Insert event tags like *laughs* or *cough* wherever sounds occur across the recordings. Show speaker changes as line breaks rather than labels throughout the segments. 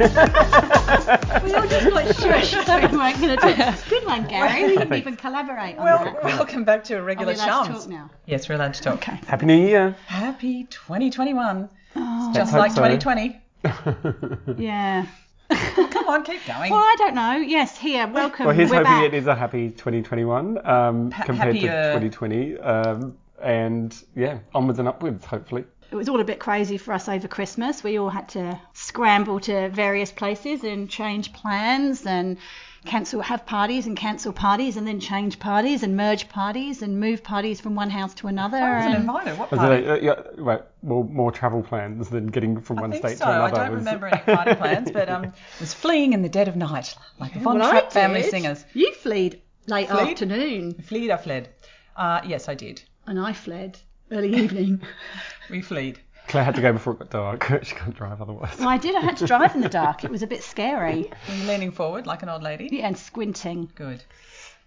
*laughs* *laughs* we all just got *laughs*
*laughs*
shushed. We weren't going to talk. *laughs* Good one, Gary. We didn't even collaborate on
Well,
that.
welcome back to a
Are
regular
we allowed to talk
chums.
now?
Yes, we're allowed to talk.
Okay.
Happy New Year.
Happy 2021.
Oh,
Just
hope
like
so.
2020.
yeah.
Come on, keep going.
*laughs* Well, I don't know. Yes, here. Welcome.
well, here's
We're
hoping
back.
it is a happy 2021 um,
Pa-
compared
happier.
to 2020. Um, and yeah, onwards and upwards, hopefully.
It was all a bit crazy for us over Christmas. We all had to scramble to various places and change plans and cancel, have parties and cancel parties and then change parties and merge parties and move parties from one house to another.
I wasn't
and
invited. What
Was
party?
it a- uh, yeah, right, more, more travel plans than getting from one
I think
state
so.
to another.
I don't
was- *laughs*
remember any party plans, but um, was fleeing in the dead of night like the Von
Well, I
Trapp family
did.
singers.
You fled late
Fled?
afternoon
Fleed, I fled. Uh, yes, I did.
and I fled early evening.
We fleed.
Claire had to go before it got dark. *laughs* she can't drive otherwise.
well, I did. I had to drive in the dark. It was a bit scary
Were you leaning forward like an old lady?
yeah, and squinting.
Good.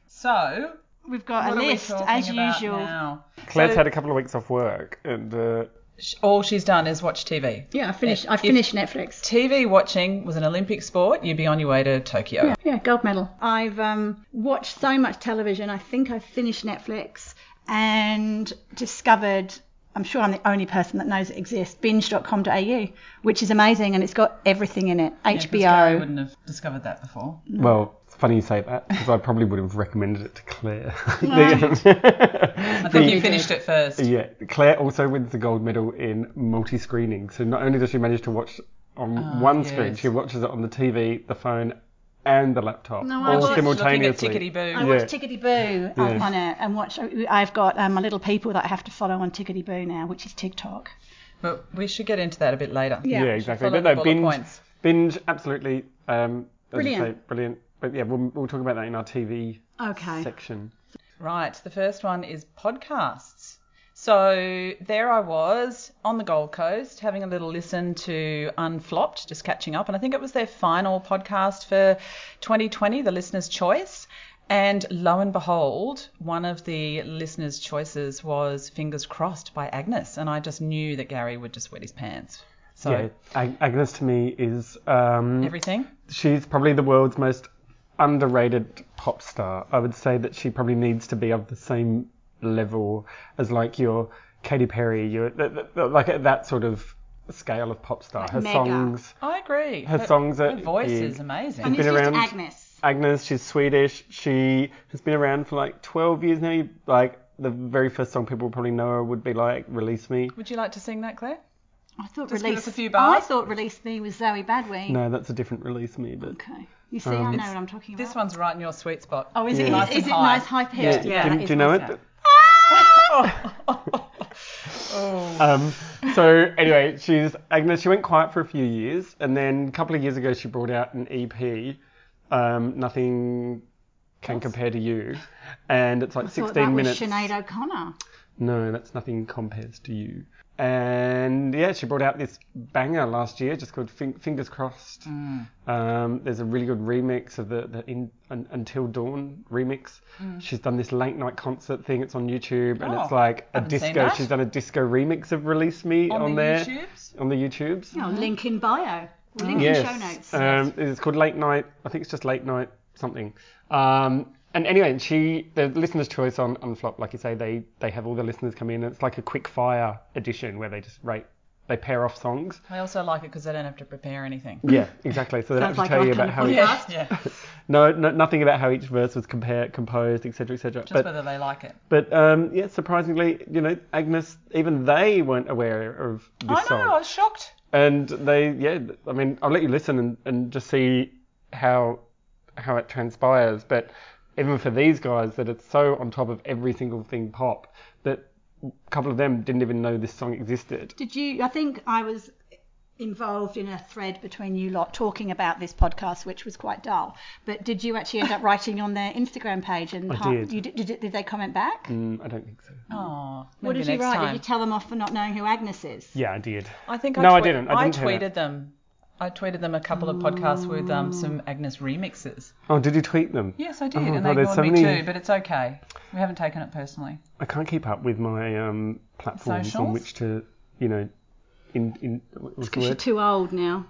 So,
We've got
what
a
are
list
we talking
as
about
usual.
now?
Claire's
So-
had a couple of weeks off work, and uh,
Sh- All she's done is watch TV.
Yeah, I finished.
I
I
If-
finished
finished
Netflix.
TV watching was an Olympic sport. You'd be on your way to Tokyo.
Yeah, yeah, gold medal. I've um, watched so much television. I think I've finished Netflix and discovered. I'm sure I'm the only person that knows it exists. Binge.com.au, which is amazing, and it's got everything in it.
Yeah, 'cause Gary
HBO.
wouldn't have discovered that before.
well, it's funny you say that because I probably would have recommended it to Claire. *laughs*
I think you finished it first.
Yeah, Claire also wins the gold medal in multi screening. So not only does she manage to watch on one screen,
yes.
she watches it on the TV, the phone, and the laptop
No, I
all
watched- Looking at
simultaneously.
Looking at tickety
I
boo.
watch
yeah.
Tickety Boo up
Yeah.
on it, and watch. I've got um, my little people that I have to follow on Tickety Boo now, which is TikTok.
But we should get into that a bit later.
Yeah.
yeah, exactly.
Follow
But
the
no,
bullet
binge,
points.
binge, absolutely. Um, as I
Brilliant.
say, brilliant. But yeah, we'll, we'll talk about that in our TV
Okay.
section.
Right. The first one is podcasts. So there I was on the Gold Coast having a little listen to Unflopped, just catching up. And I think it was their final podcast for 2020, the listener's choice. And lo and behold, one of the listeners' choices was Fingers Crossed by Agnes. And I just knew that Gary would just wet his pants. So
Yeah, Ag- Agnes to me is um,
everything.
she's probably the world's most underrated pop star. I would say that she probably needs to be of the same level as like your Katy Perry, your th- th- th- like at that sort of scale of pop star. Her
mega.
songs,
I agree.
her songs are
Her voice
big.
is amazing.
And
Been
it's just
around-
Agnes.
Agnes, she's Swedish. She has been around for like 12 years now. Like the very first song people probably know her would be like "Release Me."
Would you like to sing that, Claire?
I thought
Just give us
release.
a few
I
bars.
thought release me was Zoe Badwe.
No, Um, that's a different "Release Me," but
Okay. You see, I know what I'm talking about.
This one's right in your sweet spot.
Oh, is it?
Yeah.
Is
Nice
it
and high.
nice high
Yeah,
pitched?
yeah.
do,
that
you-
is
do you know
my
it?
style.
*laughs* Mm.
Um, so anyway, she's Agnes. She went quiet for a few years, and then a couple of years ago, she brought out an EP, um, "Nothing Can Compare to You," and it's like
I thought
16
that
minutes.
was Sinead O'Connor.
No, that's nothing compares to you. And yeah, she brought out this banger last year, just called Fing- Fingers
Mm.
Crossed. Um, there's a really good remix of the, the in, un, Until Dawn remix. She's done this late night concert thing. It's on YouTube, and it's
Oh,
like a
haven't seen
disco.
that.
She's done a disco remix of Release Me on,
on, the
there
YouTubes.
on the YouTubes.
No, link in bio. We'll Link in show notes.
Um, it's called Late Night. I think it's just Late Night something. Um, and anyway, and she the listener's choice on Unflop, like you say, they they have all the listeners come in. And it's like a quick fire edition where they just rate, they pair off songs.
I also like it because I don't have to prepare anything.
Yeah, *laughs* exactly. So they don't have
Sounds
to tell
like our
you
kind
about
of
Oh,
how each,
podcast.
Yeah, *laughs* yeah. Just
no, no nothing about how each verse was compare, composed, etc., etc. But
whether they like it.
but um, yeah, surprisingly, you know, Agnes, even they weren't aware of this
I know.
song.
I was shocked.
and they yeah i mean i'll let you listen and, and just see how how it transpires but even for these guys that it's so on top of every single thing pop that a couple of them didn't even know this song existed
Did you? I think I was involved in a thread between you lot talking about this podcast, which was quite dull. But did you actually
*laughs*
end up writing on their Instagram page? And
I
part-
did.
You, did, did, did they comment back?
Mm, i don't think so
Oh,
What
maybe
did you
next
write?
Time.
Did you tell them off for not knowing who Agnes is?
yeah i did
I think
No,
I,
I
tweet-
didn't. I didn't hear
tweeted
that.
them. I tweeted them a couple of podcasts with um, some Agnes remixes.
oh did you tweet them
Yes, I did,
Oh,
and
God,
they
there's
ignored
so
me
many-
too. But it's okay. We haven't taken it personally.
i can't keep up with my um platforms on
Socials?
which to you know in in what's the
Because you're
word
too old now.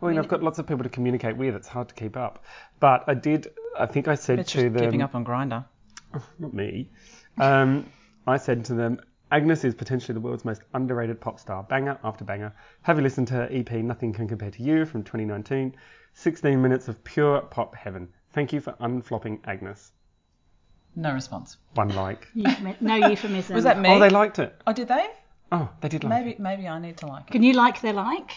Well, and I've got lots of people to communicate with. It's hard to keep up. But I did. I think I said
It's
to
just
them,
keeping up on Grinder.
not me. Um, I said to them, Agnes is potentially the world's most underrated pop star, banger after banger. Have you listened to her EP Nothing Can Compare to You from 2019? 16 minutes of pure pop heaven. Thank you for unflopping Agnes.
No response.
One like.
Euphem- no euphemism.
Was that me?
Oh, they liked it.
Oh, did they?
Oh, they did like
Maybe
it.
maybe I need to
*laughs*
like it.
Can you like their like?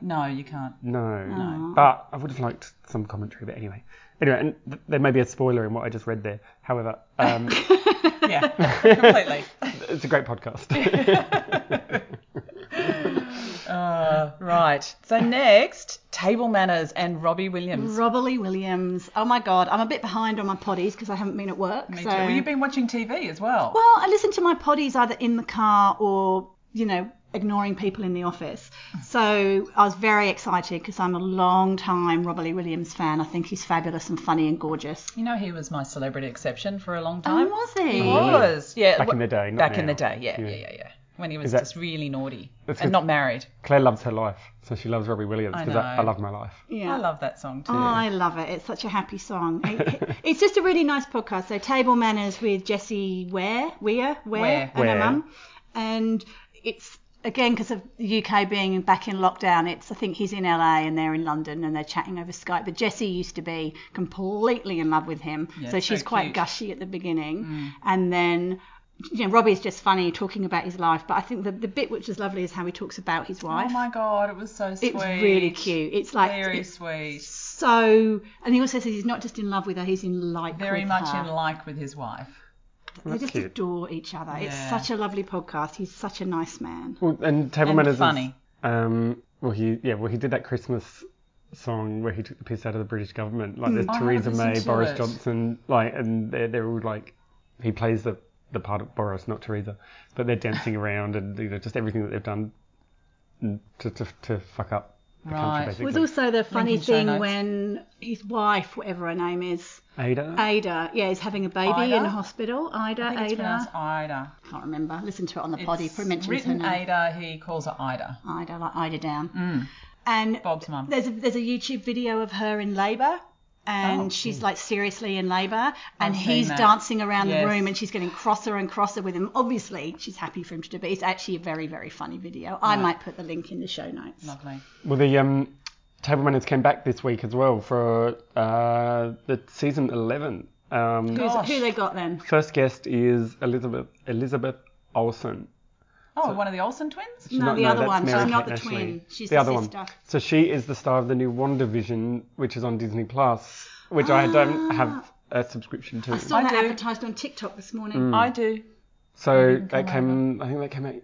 No, you *laughs* can't.
No,
No.
But I would have liked some commentary, but anyway. Anyway, and th- there may be a spoiler in what I just read there. However,
*laughs*
um,
Yeah, *laughs* completely.
it's a great podcast.
*laughs*
*laughs*
Uh, right. So next, table manners and Robbie Williams.
Robbie Williams. Oh my God, I'm a bit behind on my potties because I haven't been at work.
Me
so-
too. Well, you've been watching TV as well.
Mm, Well, I listen to my poddies either in the car or, you know, ignoring people in the office. So I was very excited because I'm a long time Robbie Lee Williams fan. I think he's fabulous and funny and gorgeous.
You know, he was my celebrity exception for a long
Oh,
time.
was
He
he?
was. Yeah.
Back in the day, not
Back in
now.
the day. Yeah, yeah,
Yeah.
yeah, yeah. When he was
Is that-
just really naughty
That's
and
good.
not married.
Claire loves her life, so she loves Robbie Williams
I
because I,
know.
I love my life.
Yeah.
I love that song too.
Oh, I love it. It's such a
*laughs*
happy song. It- it- it's just a really nice podcast. So Table Manners with Jessie Ware, Weir, Ware,
Ware.
and
Ware.
her mum, and it's again because of the UK being back in lockdown. It's I think he's in LA and they're in London and they're chatting over Skype. But Jessie used to be completely in love with him,
Yeah,
so
it's so
she's quite
cute. Mm.
gushy at the beginning, and then. You know, Robbie's just funny talking about his life, but I think the, the bit which is lovely is how he talks about his
Oh
wife.
my god, it was so sweet.
it's really cute. It's like
Very
it's-
sweet.
so and he also says he's not just in love with her he's in like
Very
with
much
her.
in like with his wife.
they
That's
just
cute.
adore each other it's
Yeah.
such a lovely podcast he's such a nice man
Well, and Table
And
Manners
funny.
Is, um, well, he yeah, well, he did that Christmas song where he took the piss out of the British government. Like there's
Mm. I haven't
Theresa May,
listened to
Boris
it.
Johnson, like, and they're they're all like, he plays the the part of Boris, not Theresa, but they're
*laughs*
dancing around and you know just everything that they've done to to, to fuck up the
Right.
country
it was
basically.
also the funny
in show
thing
notes.
when his wife whatever her name is
Ada.
Uh, ada yeah is having a baby
Ida?
in a hospital ida
I think it's
ada
pronounced Ida.
i can't remember listen to it on the pod he
It's
probably mentions her
written
name
Ada, he calls her Ida.
ida like ida down
Mm.
and
Bob's mum.
there's a there's a youtube video of her in labor and
Oh.
she's like seriously in labor and
seen
he's
that.
dancing around
Yes.
the room and she's getting crosser and crosser with him obviously she's happy for him to do but it's actually a very very funny video i might put the link in the show notes
Lovely.
Well, the um, Table Manners came back this week as well for uh, the season 11. Um,
Who's,
Gosh.
who they got then
First guest is Elizabeth Elizabeth Olsen.
Oh, one of the Olsen twins?
no,
Not-
the other
that's
one
Mary
she's not the
Kate Ashley.
twin she's
the,
the,
other
sister
one. So she is the star of the new WandaVision, which is on Disney Plus, which I don't have a subscription to.
Ah. i saw
I
that
do.
advertised on tiktok this morning
Mm.
I
Hmm.
do.
so
didn't
that
come
came, I think that came out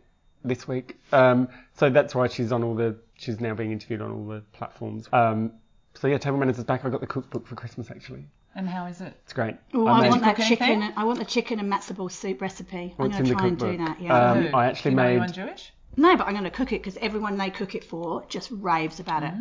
this week. Um, so that's why she's on all the, she's now being interviewed on all the platforms. Um, so yeah, Table Manners is back. I got the cookbook for Christmas actually.
And how is it?
It's great.
Oh,
I
I
made-
want that
Cook
chicken.
anything?
I want the chicken and matzo ball soup recipe. I'm
What's
going to
in the
try and do
cookbook?
that. Yeah.
Um,
Who?
I actually
Do you know
made-
anyone Jewish?
no, but I'm going to cook it because everyone they cook it for just raves about it.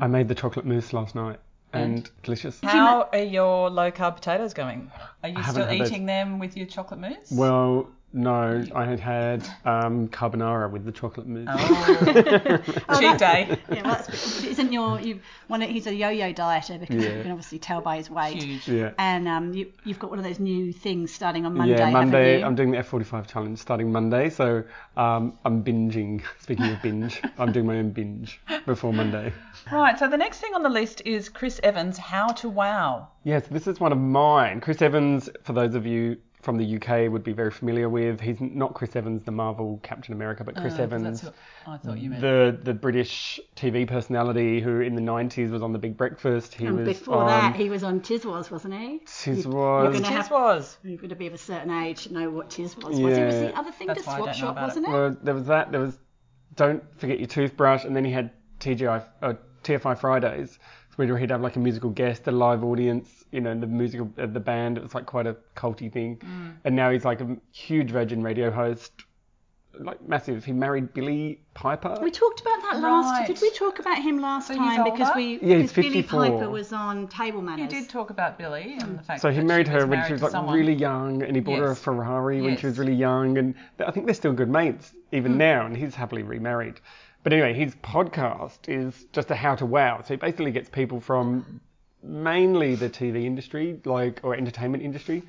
I made the chocolate mousse last night and, delicious.
How are your low carb potatoes going? Are you
haven't
still
had those.
eating them with your chocolate mousse?
Well, no, I had had um, carbonara with the chocolate mousse.
*laughs* Oh.
*laughs*
cheat day.
Yeah, well, that's, but isn't your you one? of- He's a yo-yo dieter because
Yeah.
you can obviously tell by his weight.
Huge.
Yeah.
And um, you, you've got one of those new things starting on Monday.
yeah, Monday. I'm
Haven't
doing the F45 challenge starting Monday, so um, I'm binging. *laughs* Speaking of binge, I'm doing my own binge before Monday.
Right, so the next thing on the list is Chris Evans, How to Wow.
Yes, this is one of mine. Chris Evans, for those of you from the UK, would be very familiar with. He's not Chris Evans, the Marvel Captain America, but Chris
Oh,
Evans,
That's what I thought you meant.
the the British TV personality who in the 90s was on The Big Breakfast. He
you? And
was
Oh, before
on
that, he was on Tiswas, wasn't he?
Tis
you're
was.
gonna-
Cheers was.
You've got to be of a certain age to know what Tiswas was. It was
Yeah.
the other thing
That's
to
why I don't
swap
know
shop,
about it.
wasn't it?
Well, there was that. There was Don't Forget Your Toothbrush, and then he had TGI, uh, TFI Fridays, where he'd have like a musical guest, a live audience, you know, the musical, uh, the band. It was like quite a culty thing.
Mm.
And now he's like a huge Virgin radio host, like massive. He married Billy Piper.
We talked about that last.
Right.
Did we talk about him last
So he's
time? Because
older?
we
Yeah, he's
because Billy
54.
Piper was on Table
You
Manners.
did talk about Billy and the fact
so
that
he married her when
married
she was
to
like
someone.
really young, and he bought her a
Yes.
Ferrari when
Yes. Mm.
she was really young, and th- I think they're still good mates even now, and he's happily remarried. But anyway, his podcast is just a how to wow. So he basically gets people from mainly the TV industry, like or entertainment industry,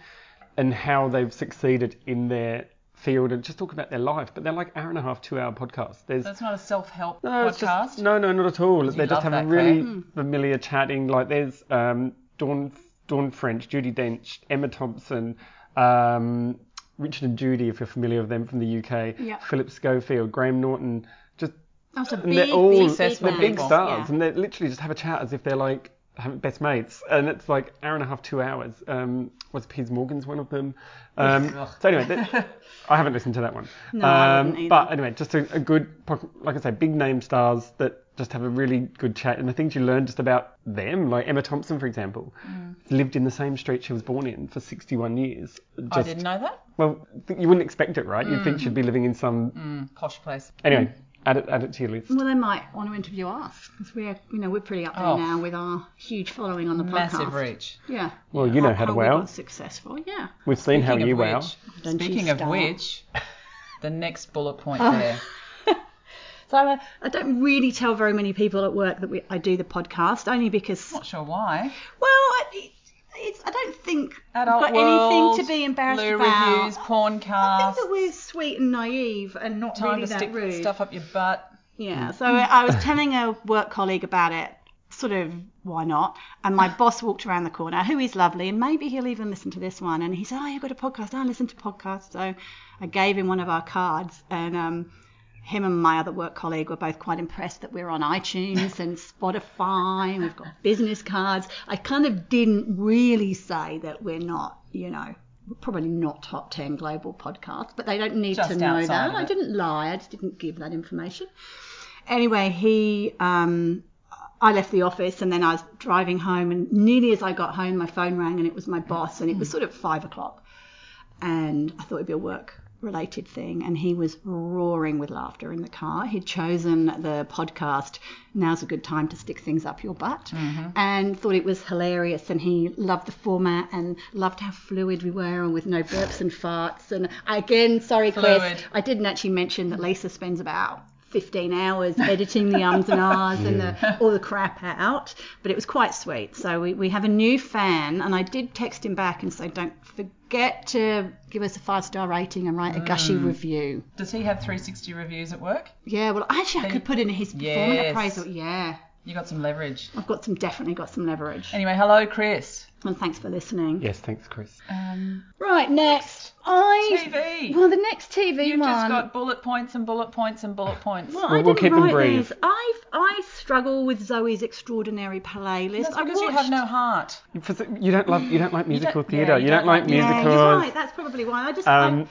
and how they've succeeded in their field, and just talk about their life. But they're like hour and a half, two hour podcasts. There's
That's not a self-help
no, it's
podcast.
just, no, no, not at all. They just
love
have a
that,
really
Claire. Hmm.
familiar chatting. Like there's um, Dawn, Dawn French, Judy Dench, Emma Thompson, um, Richard and Judy, if you're familiar with them from the UK,
Yeah.
Philip Schofield, Graham Norton, just
That's a big,
and they're all
big, big,
successful
they're big
people.
stars,
Yeah.
and they literally just have a chat as if they're like have best mates, and it's like hour and a half, two hours. Um, was Piers Morgan's one of them? Um,
Ugh.
so anyway,
*laughs*
that, I haven't listened to that one. Um,
No, I wouldn't either.
but anyway, just a, a good, po- like I say, big name stars that just have a really good chat, and the things you learn just about them, like Emma Thompson, for example,
Mm.
lived in the same street she was born in for 61 years. Just,
I didn't know that.
Well, th- you wouldn't expect it, right? You'd think she'd be living in some.
Mm, posh place.
Anyway, add it, add it to your list.
Well, they might want to interview us because we're, you know, we're pretty up there
Oh.
now with our huge following on the podcast.
Massive reach.
Yeah.
Well, you know
Like
how to
we
wow.
got Successful, yeah.
We've seen how
Speaking
you
of
wow.
which,
Don't you
speaking of
start.
which, the next bullet point
Oh.
there.
So I, I don't really tell very many people at work that we, I do the podcast, only because
Not sure why.
Well, I, it's, I don't think
Adult
we've got
World,
anything to be embarrassed
Lou
about.
reviews, porn
I think
cast.
that we're sweet and naive and not
Time
really
to
that
stick
rude.
stuff up Mm. your butt.
Yeah. So I I was telling a work colleague about it, sort of why not? And my boss walked around the corner, who is lovely, and maybe he'll even listen to this one. And he said, "Oh, you've got a podcast? I listen to podcasts." So I gave him one of our cards, and um, him and my other work colleague were both quite impressed that we're on iTunes and Spotify, and we've got business cards. I kind of didn't really say that we're not, you know, we're probably not top 10 global podcasts, but they don't need
Just
to know
outside
that.
of
I
it.
didn't lie, I just didn't give that information. Anyway, he, um, I left the office and then I was driving home, and nearly as I got home, my phone rang and it was my boss, and it was sort of five o'clock and I thought it'd be a work related thing. And he was roaring with laughter in the car. He'd chosen the podcast, Now's a Good Time to Stick Things Up Your Butt, and thought it was hilarious. And he loved the format and loved how fluid we were and with no burps and farts. And again, sorry, Chris,
Fluid.
I didn't actually mention that Lisa spends about 15 hours editing the ums and ahs and the, all the crap out, but it was quite sweet. So we, we have a new fan, and I did text him back and say, don't forget to give us a five star rating and write a gushy
Mm.
review.
Does he have 360 reviews at work?
Yeah, well, actually, I could put in his performance
Yes.
appraisal. Yeah,
You got some leverage.
I've got some definitely got some leverage.
Anyway, hello, Chris.
And thanks for listening.
Yes, thanks, Chris.
Um,
Right, next. I.
TV.
Well, the next TV
You've
one.
just got bullet points and bullet points and bullet points.
Well,
We'll-
I
we'll
didn't
keep them
write
brief.
these. I've I struggle with Zoe's extraordinary playlist.
That's
I
because you have
watched-
no heart.
For th- You don't love you don't like musical
don't- yeah,
theatre.
you
you don't
don't
like
like- Yeah,
Yeah,
musicals.
you're right. That's probably why. I just
Um,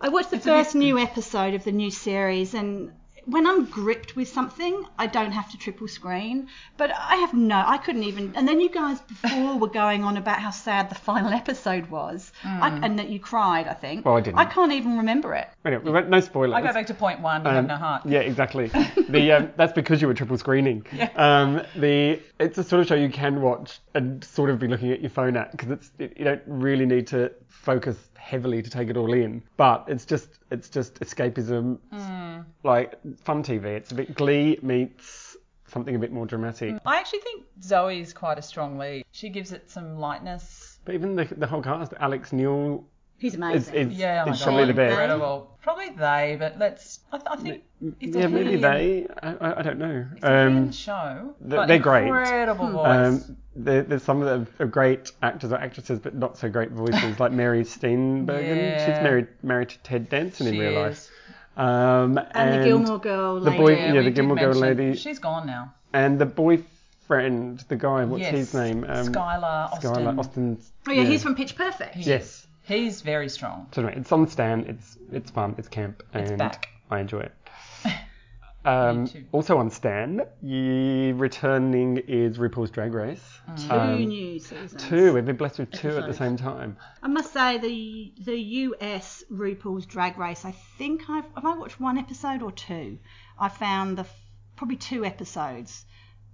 I, I watched the
a bit-
first new episode of the new series, and when I'm gripped with something, I don't have to triple screen. But I have no, I couldn't even. And then you guys before were going on about how sad the final episode was, I,
Hmm.
and that you cried. I think.
Well, I didn't.
I can't even remember it.
anyway, we won't- no spoilers.
I go back to point one. You
Um,
have no heart.
Yeah, exactly. the um, that's because you were triple screening. Um, the it's a sort of show you can watch and sort of be looking at your phone at because it's it, you don't really need to focus heavily to take it all in. But it's just it's just escapism, like fun TV. It's a bit Glee meets something a bit more dramatic.
I actually think Zoe's quite a strong lead. She gives it some lightness.
But even the the whole cast, Alex Newell
He's
is,
amazing.
is,
Yeah, oh my
is
God,
probably the best.
Incredible. Probably they, but let's. I, th- I think it's
yeah,
a
maybe
Korean-
they. I, I, I don't know.
It's a Korean
Um,
show.
they-
but
they're great.
Incredible voice.
um, there, there's some that are great actors or actresses, but not so great voices,
*laughs*
like Mary Steenburgen.
Yeah.
She's married married to Ted Danson in
She
real life.
is.
Um, and,
and, the Gilmore Girl.
the
lady.
boy-
Yeah,
yeah,
we
the
did
Gilmore
mention-
Girl lady-
She's gone now.
and the boyfriend, the guy. What's
yes.
his name? Um,
Skylar Austin.
Skylar Austin's.
Oh yeah, he's from Pitch Perfect.
Yes.
He's very strong.
So anyway, it's on Stan. It's it's fun. It's camp, and
back.
I enjoy
*laughs*
it. Um,
too.
also on Stan, ye returning is RuPaul's Drag Race.
Two new seasons.
Um, Two. We've been blessed with two at the
Episodes.
same time.
I must say the the US RuPaul's Drag Race. I think I've have I watched one episode or two. I found the f- probably two episodes.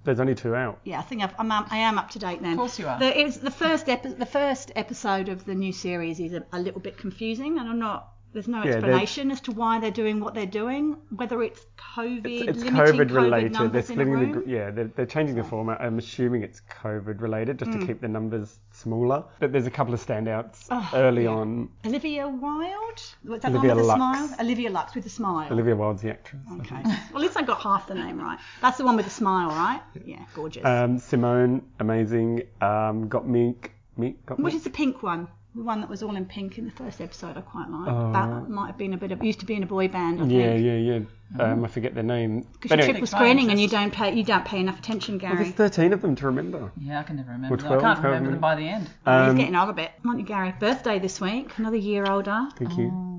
There's only two out.
Yeah, I think I've, I'm up- I am up to date then. Of
course you are.
The, it's the first epi- the first episode of the new series is a, a little bit confusing, and I'm not There's no
Yeah, they're-
explanation as to why they're doing what they're doing, whether it's COVID,
It's, it's
limiting
COVID related.
numbers
they're
in a
splitting the
room.
gr- yeah. They're, they're changing the format. I'm assuming it's COVID related just
Mm.
to keep the numbers smaller. But there's a couple of standouts
Oh,
early
yeah.
on.
Olivia Wilde? What's that
Olivia
one with a
Lux.
smile? Olivia Lux with a smile.
Olivia Wilde's the actress.
Okay. *laughs* Well, at least I got half the name right. That's the one with the smile, right? Yeah, gorgeous.
Um, Simone, amazing. Um, got Mink. Mink got
Which
Mink.
is the pink one? The one that was all in pink in the first episode, I quite like.
Oh, right.
That might have been a bit of. Used to be in a boy band, I
Yeah,
think.
yeah, yeah. Um, I forget their name.
Mm-hmm. Because
But
you
anyway,
triple
Explain
screening and
just-
you don't pay you don't pay enough attention, Gary.
well, there's 13 of them to remember.
Yeah, I can never remember.
Or
them.
12,
I can't
however
remember
many.
them by the end.
Oh, He's
Um,
getting on a bit, aren't you, Gary? Birthday this week, another year older.
thank you.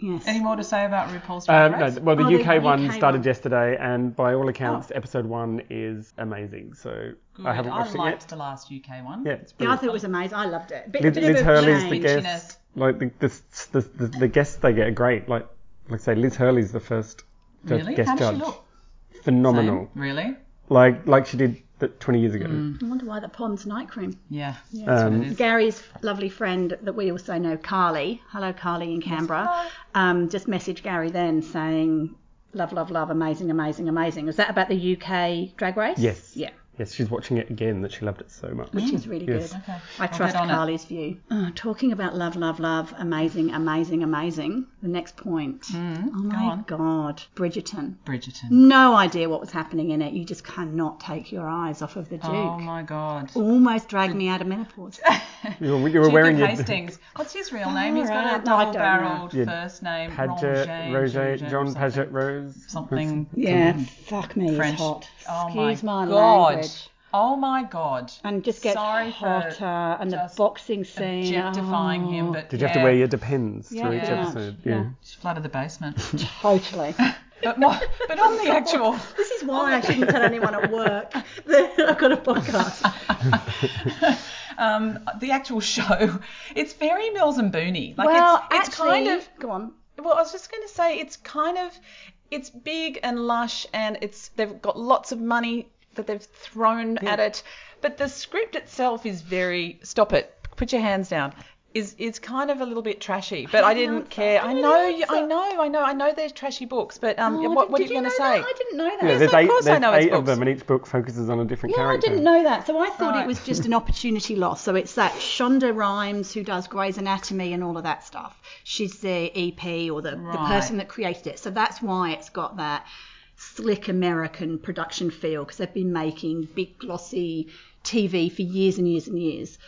Yes.
Any more to say about RuPaul's Drag
Um, no,
Race?
th- well, the
Oh, the
UK one
UK
started
one.
yesterday, and by all accounts, episode one is amazing. So I haven't watched it
liked
yet.
the last UK one.
Yeah, it's
Yeah, I
brilliant.
thought it was amazing. I loved it. Bit,
Liz,
bit of
Liz
a
Hurley's the
change.
guest. Like the, the, the, the, the guests they get are great. Like like I say, Liz Hurley's the first ju-
Really?
guest
How does
judge.
she look?
Phenomenal.
Same? Really?
Like like she did th- 20 years ago.
I wonder why the pond's night cream.
Yeah.
Um,
That's what it is.
Gary's lovely friend that we also know, Carly. Hello, Carly in Canberra. Um, just messaged Gary then saying, "Love, love, love, amazing, amazing, amazing." Was that about the UK drag race?
Yes.
Yeah,
Yes, she's watching it again. That she loved it so much.
which is really
Yes.
good.
Okay.
I
I'll
trust
get on it.
Carly's view. Oh, talking about love, love, love, amazing, amazing, amazing. The next point. oh my
Hmm. on.
God, Bridgerton.
Bridgerton.
No idea what was happening in it. You just cannot take your eyes off of the Duke.
Oh my God.
Almost dragged me out of menopause.
You were, you were
Duke
wearing
of
your *laughs*
Hastings. What's his real name? He's got a
Alright, no, I
double
don't
barreled
know. Yeah,
first name.
Paget,
Roger,
Roger, John
something.
Paget Rose.
Something.
Yeah, fuck me,
French.
it's hot.
Oh
Excuse
my
my,
God.
language.
Oh my God.
And just gets
Sorry for
hotter, and the
just
boxing scene.
Objectifying
oh,
him. But
Did you have
yeah,
to wear your depends
Yeah,
through each
pretty much,
episode?
yeah.
Just flooded the
*laughs*
basement. *laughs*
Totally.
but, more, but on the actual.
this is why I shouldn't tell anyone at work *laughs* that I've got a podcast.
um, the actual show, it's very Mills and Booney. Like
well,
it's, it's
actually,
kind of
go on.
well, I was just going to say it's kind of it's big and lush and it's they've got lots of money that they've thrown at it, but the script itself is very stop it, put your hands down. Is it's kind of a little bit trashy, but I,
have an
didn't
answer.
care.
I
I
have an
know, you,
answer.
I know, I know, I know. They're trashy books, but um, what,
Oh, did,
what are
did
you, going
know
to
that?
say?
I didn't know that.
Yeah, there's
of
eight,
course I
there's
know it's
eight of
books.
them, and each book focuses on a different
Yeah, I
character.
didn't know that. So I thought
Right.
it was just an opportunity loss. So it's that Shonda Rhimes who does Grey's Anatomy and all of that stuff. She's the EP or the, the
Right.
person that created it. So that's why it's got that slick American production feel because they've been making big glossy TV for years and years and years.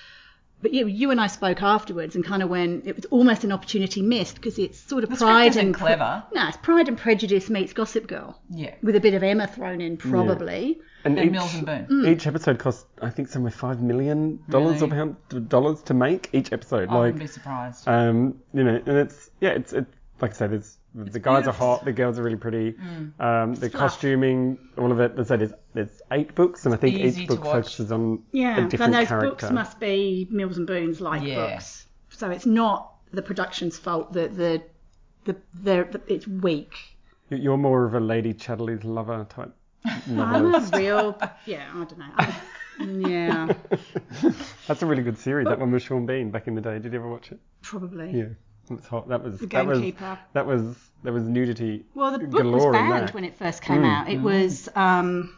But yeah, you and I spoke afterwards and kind of when it was almost an opportunity missed because it's sort of
The script
pride
isn't
and Pre-
clever.
no, it's Pride and Prejudice meets Gossip Girl
Yeah,
with a bit of Emma thrown in probably.
And
they're
each, Mm.
Mills and Boone.
each episode costs, I think, somewhere five million dollars or
Really? Oh,
pound dollars to make each episode.
I wouldn't be
like,
surprised.
um, you know, and it's yeah, it's it, like I said, it's the guys are
beautiful. Mm.
hot, the girls are really pretty, um, the
fluff.
costuming, all of it. As I said, there's, there's eight books, and I think
Easy
each
to
book
watch.
focuses on
Yeah,
a different
and those
character.
books must be Mills and Boone's like
Yeah.
books. So it's not the production's fault that the the, the, the it's weak.
You- You're more of a Lady Chatterley's lover type.
I'm
*laughs*
a
novelist.
real yeah, I don't know. I'm- yeah,
That's a really good series. That one with Sean Bean back in the day. Did you ever watch it?
probably.
Yeah, that's hot. That was the
gamekeeper.
That was that was there was nudity.
Well, the book was
galore in
banned
that. Mm,
when it first came out. It was um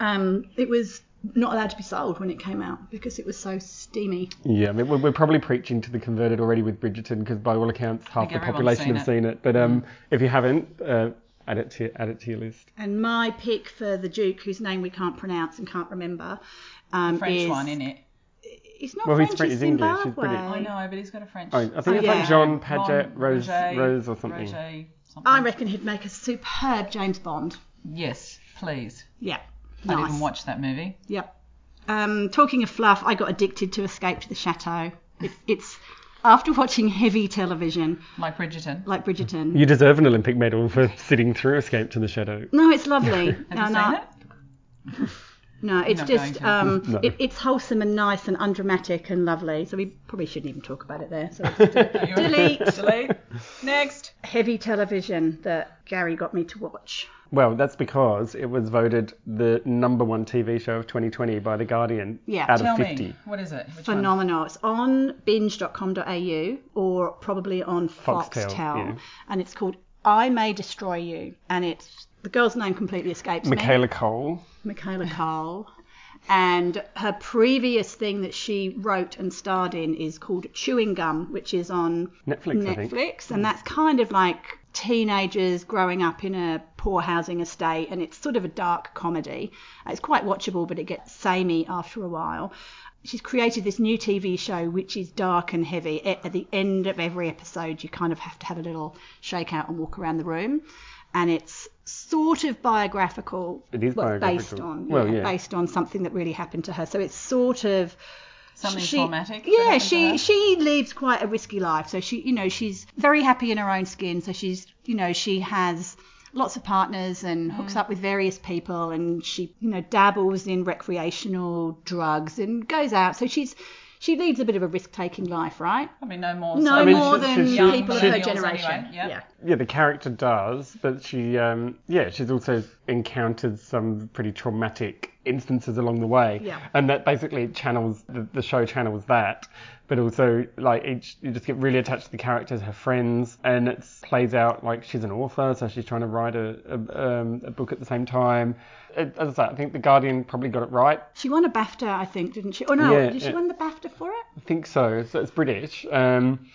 um it was not allowed to be sold when it came out because it was so steamy.
Yeah, I mean, we're, we're probably preaching to the converted already with Bridgerton because by all accounts half the
think everyone's
population
seen
have
it. Mm.
seen it. But um, if you haven't, uh, add it to your, add it to your list.
And my pick for the Duke, whose name we can't pronounce and can't remember, um,
French
is
one in it.
It's not
Well, he's
French.
French,
it's
he's English, he's
Zimbabwe.
British.
I know, but he's got a French.
Oh, I think
it's like
John Paget, Rose-
Roger-
Rose or something.
Roger something.
I reckon he'd make a superb James Bond.
Yes, please.
Yeah.
I
Nice.
didn't watch that movie.
Yep. Um, talking of fluff, I got addicted to Escape to the Chateau. It's, it's after watching heavy television
Like Bridgerton.
like Bridgerton.
You deserve an Olympic medal for sitting through Escape to the Shadow.
No,
*laughs*
it's lovely.
Have
no,
you seen
no,
it?
*laughs* no, it's
not going
just
to.
um,
*laughs* No.
it, it's wholesome and nice and undramatic and lovely. So we probably shouldn't even talk about it there. So let's do it. *laughs* delete
Delete. Next.
heavy television that Gary got me to watch.
Well, that's because it was voted the number one TV show of 2020 by The Guardian
Yeah,
out
Tell
of 50.
me, what is it? Which one?
Phenomenal. It's on binge.com.au or probably on Foxtel.
Foxtel, yeah.
And it's called I May Destroy You. And it's the girl's name completely escapes me.
Michaela Cole.
Michaela Cole. And her previous thing that she wrote and starred in is called Chewing Gum, which is on
Netflix, I think. Mm.
Netflix. And that's kind of like teenagers growing up in a poor housing estate. And it's sort of a dark comedy. Uh, It's quite watchable, but it gets samey after a while. She's created this new TV show, which is dark and heavy. At at the end of every episode, you kind of have to have a little shake out and walk around the room. And it's sort of biographical,
It is
well, based
biographical.
on
Well,
yeah,
yeah.
based on something that really happened to her. So it's sort of
Something
she-
traumatic. that
Yeah,
happened to her?
she she leads quite a risky life. So she, you know, she's very happy in her own skin. So she's, you know, she has lots of partners and
Mm.
hooks up with various people, and she, you know, dabbles in recreational drugs and goes out. So she's she leads a bit of a risk taking life, right?
Probably no more.
No
so-
mean,
more
she-
than
she-
young
people of her
millennials
generation.
anyway, yeah.
Yeah, the character does, but she, um, yeah, she's also encountered some pretty traumatic instances along the way.
Yeah.
And that basically channels, the, the show channels that, but also, like, each, you just get really attached to the characters, her friends, and it plays out like she's an author, so she's trying to write a, a, um, a book at the same time. It, as I say, I think The Guardian probably got it right.
She won a BAFTA, I think, didn't she? Oh no,
Yeah,
did she
yeah.
win the BAFTA for it?
I think so. So it's British. Um,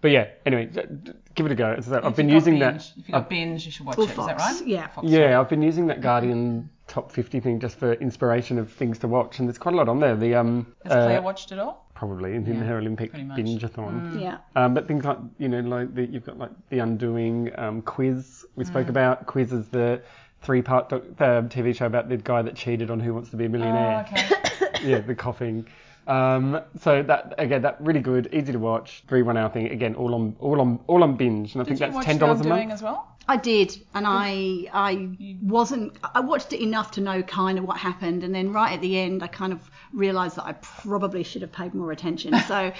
but yeah, anyway, d- d- give it a go. It's, I've
If
been
you've got
using
binge,
that.
If you got binge, you should watch
Or
it. Is that
Fox,
right?
yeah.
Fox,
Yeah, I've been using that Guardian top 50 thing just for inspiration of things to watch, and there's quite a lot on there. The um,
Has
uh,
Claire watched it all?
probably in her Olympic
pretty much. Mm.
binge-a-thon.
Yeah.
Um, but things like you know, like the, you've got like the Undoing um, quiz
Mm.
we spoke about. Quiz is the three-part doc- uh, TV show about the guy that cheated on Who Wants to Be a Millionaire
Oh, okay.
yeah, the coughing. Um, so that again, that really good, easy to watch, three one hour thing. Again, all on all on all on binge, and I
Did
think
you
that's
watch
ten
The
dollars a
Undoing
month.
as well?
I did, and I I wasn't. I watched it enough to know kind of what happened, and then right at the end, I kind of realised that I probably should have paid more attention.
*laughs*
So uh,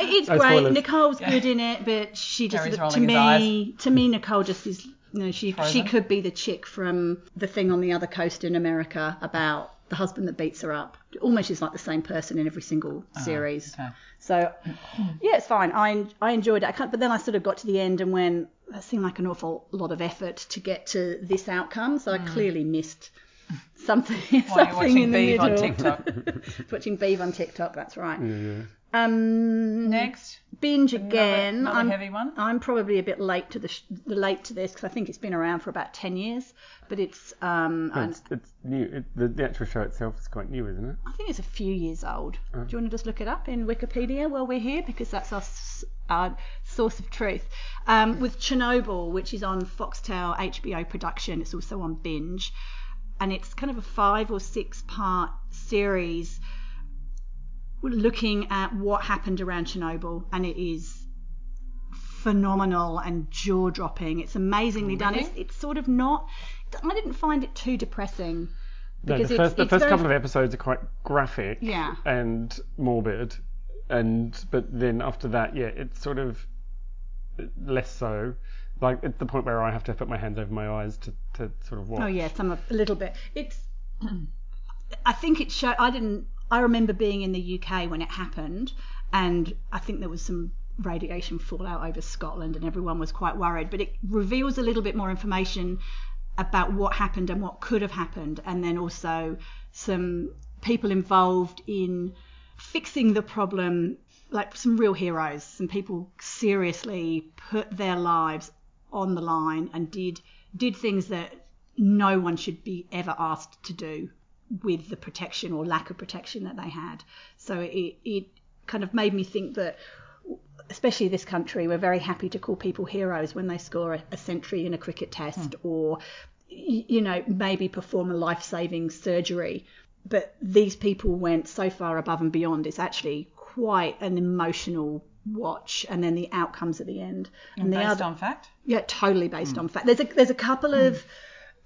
it's
No
great.
spoilers.
Nicole's good in it, but she
Gary's
just to
rolling his
me to me Nicole just is. You know, she she
Frozen.
could be the chick from the thing on the other coast in America about the husband that beats her up. Almost is like the same person in every single *laughs*
Ah,
series.
okay.
So yeah, it's fine. I I enjoyed it. I can't, but then I sort of got to the end and went, that seemed like an awful lot of effort to get to this outcome. So I clearly missed something. *laughs*
While you're
something
Mm. watching
in the
Beef on
middle.
TikTok.
*laughs* watching Beeve on TikTok. That's right. Um,
Next,
binge again.
another
I'm,
heavy one.
I'm probably a bit late to the sh- late to this because I think it's been around for about ten years. But it's um,
No,
an-
It's, it's new. It, the, the actual show itself is quite new, isn't it?
I think it's a few years old. Do you want to just look it up in Wikipedia while we're here? Because that's our, s- our source of truth. Um, with Chernobyl, which is on Foxtel HBO production, it's also on Binge. And it's kind of a five or six part series looking at what happened around Chernobyl. And it is phenomenal and jaw dropping. It's amazingly done. It's, it's sort of not, I didn't find it too depressing.
No, the
Because
first,
it's-
the
it's
first
very-
couple of episodes are quite graphic
Yeah.
and morbid, and but then after that, yeah, it's sort of less so. Like it's the point where I have to put my hands over my eyes to, to sort of watch.
Oh yeah, some of- a little bit. It's. *clears throat* I think it showed. I didn't. I remember being in the UK when it happened, and I think there was some radiation fallout over Scotland, and everyone was quite worried. But it reveals a little bit more information about what happened and what could have happened, and then also some people involved in fixing the problem, like some real heroes, some people seriously put their lives on the line and did did things that no one should be ever asked to do with the protection or lack of protection that they had. So it, it kind of made me think that, especially this country, we're very happy to call people heroes when they score a, a century in a cricket test or, y- you know, maybe perform a life saving surgery. But these people went so far above and beyond. It's actually quite an emotional watch, and then the outcomes at the end. And the
based
other,
on fact.
yeah, totally based on fact. There's a there's a couple of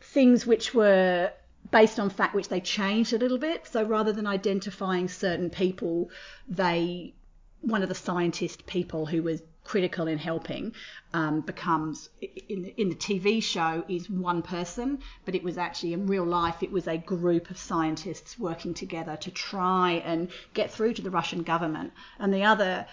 things which were based on fact which they changed a little bit. So rather than identifying certain people, they one of the scientist people who was critical in helping um, becomes in the, in the TV show is one person, but it was actually in real life it was a group of scientists working together to try and get through to the Russian government. And the other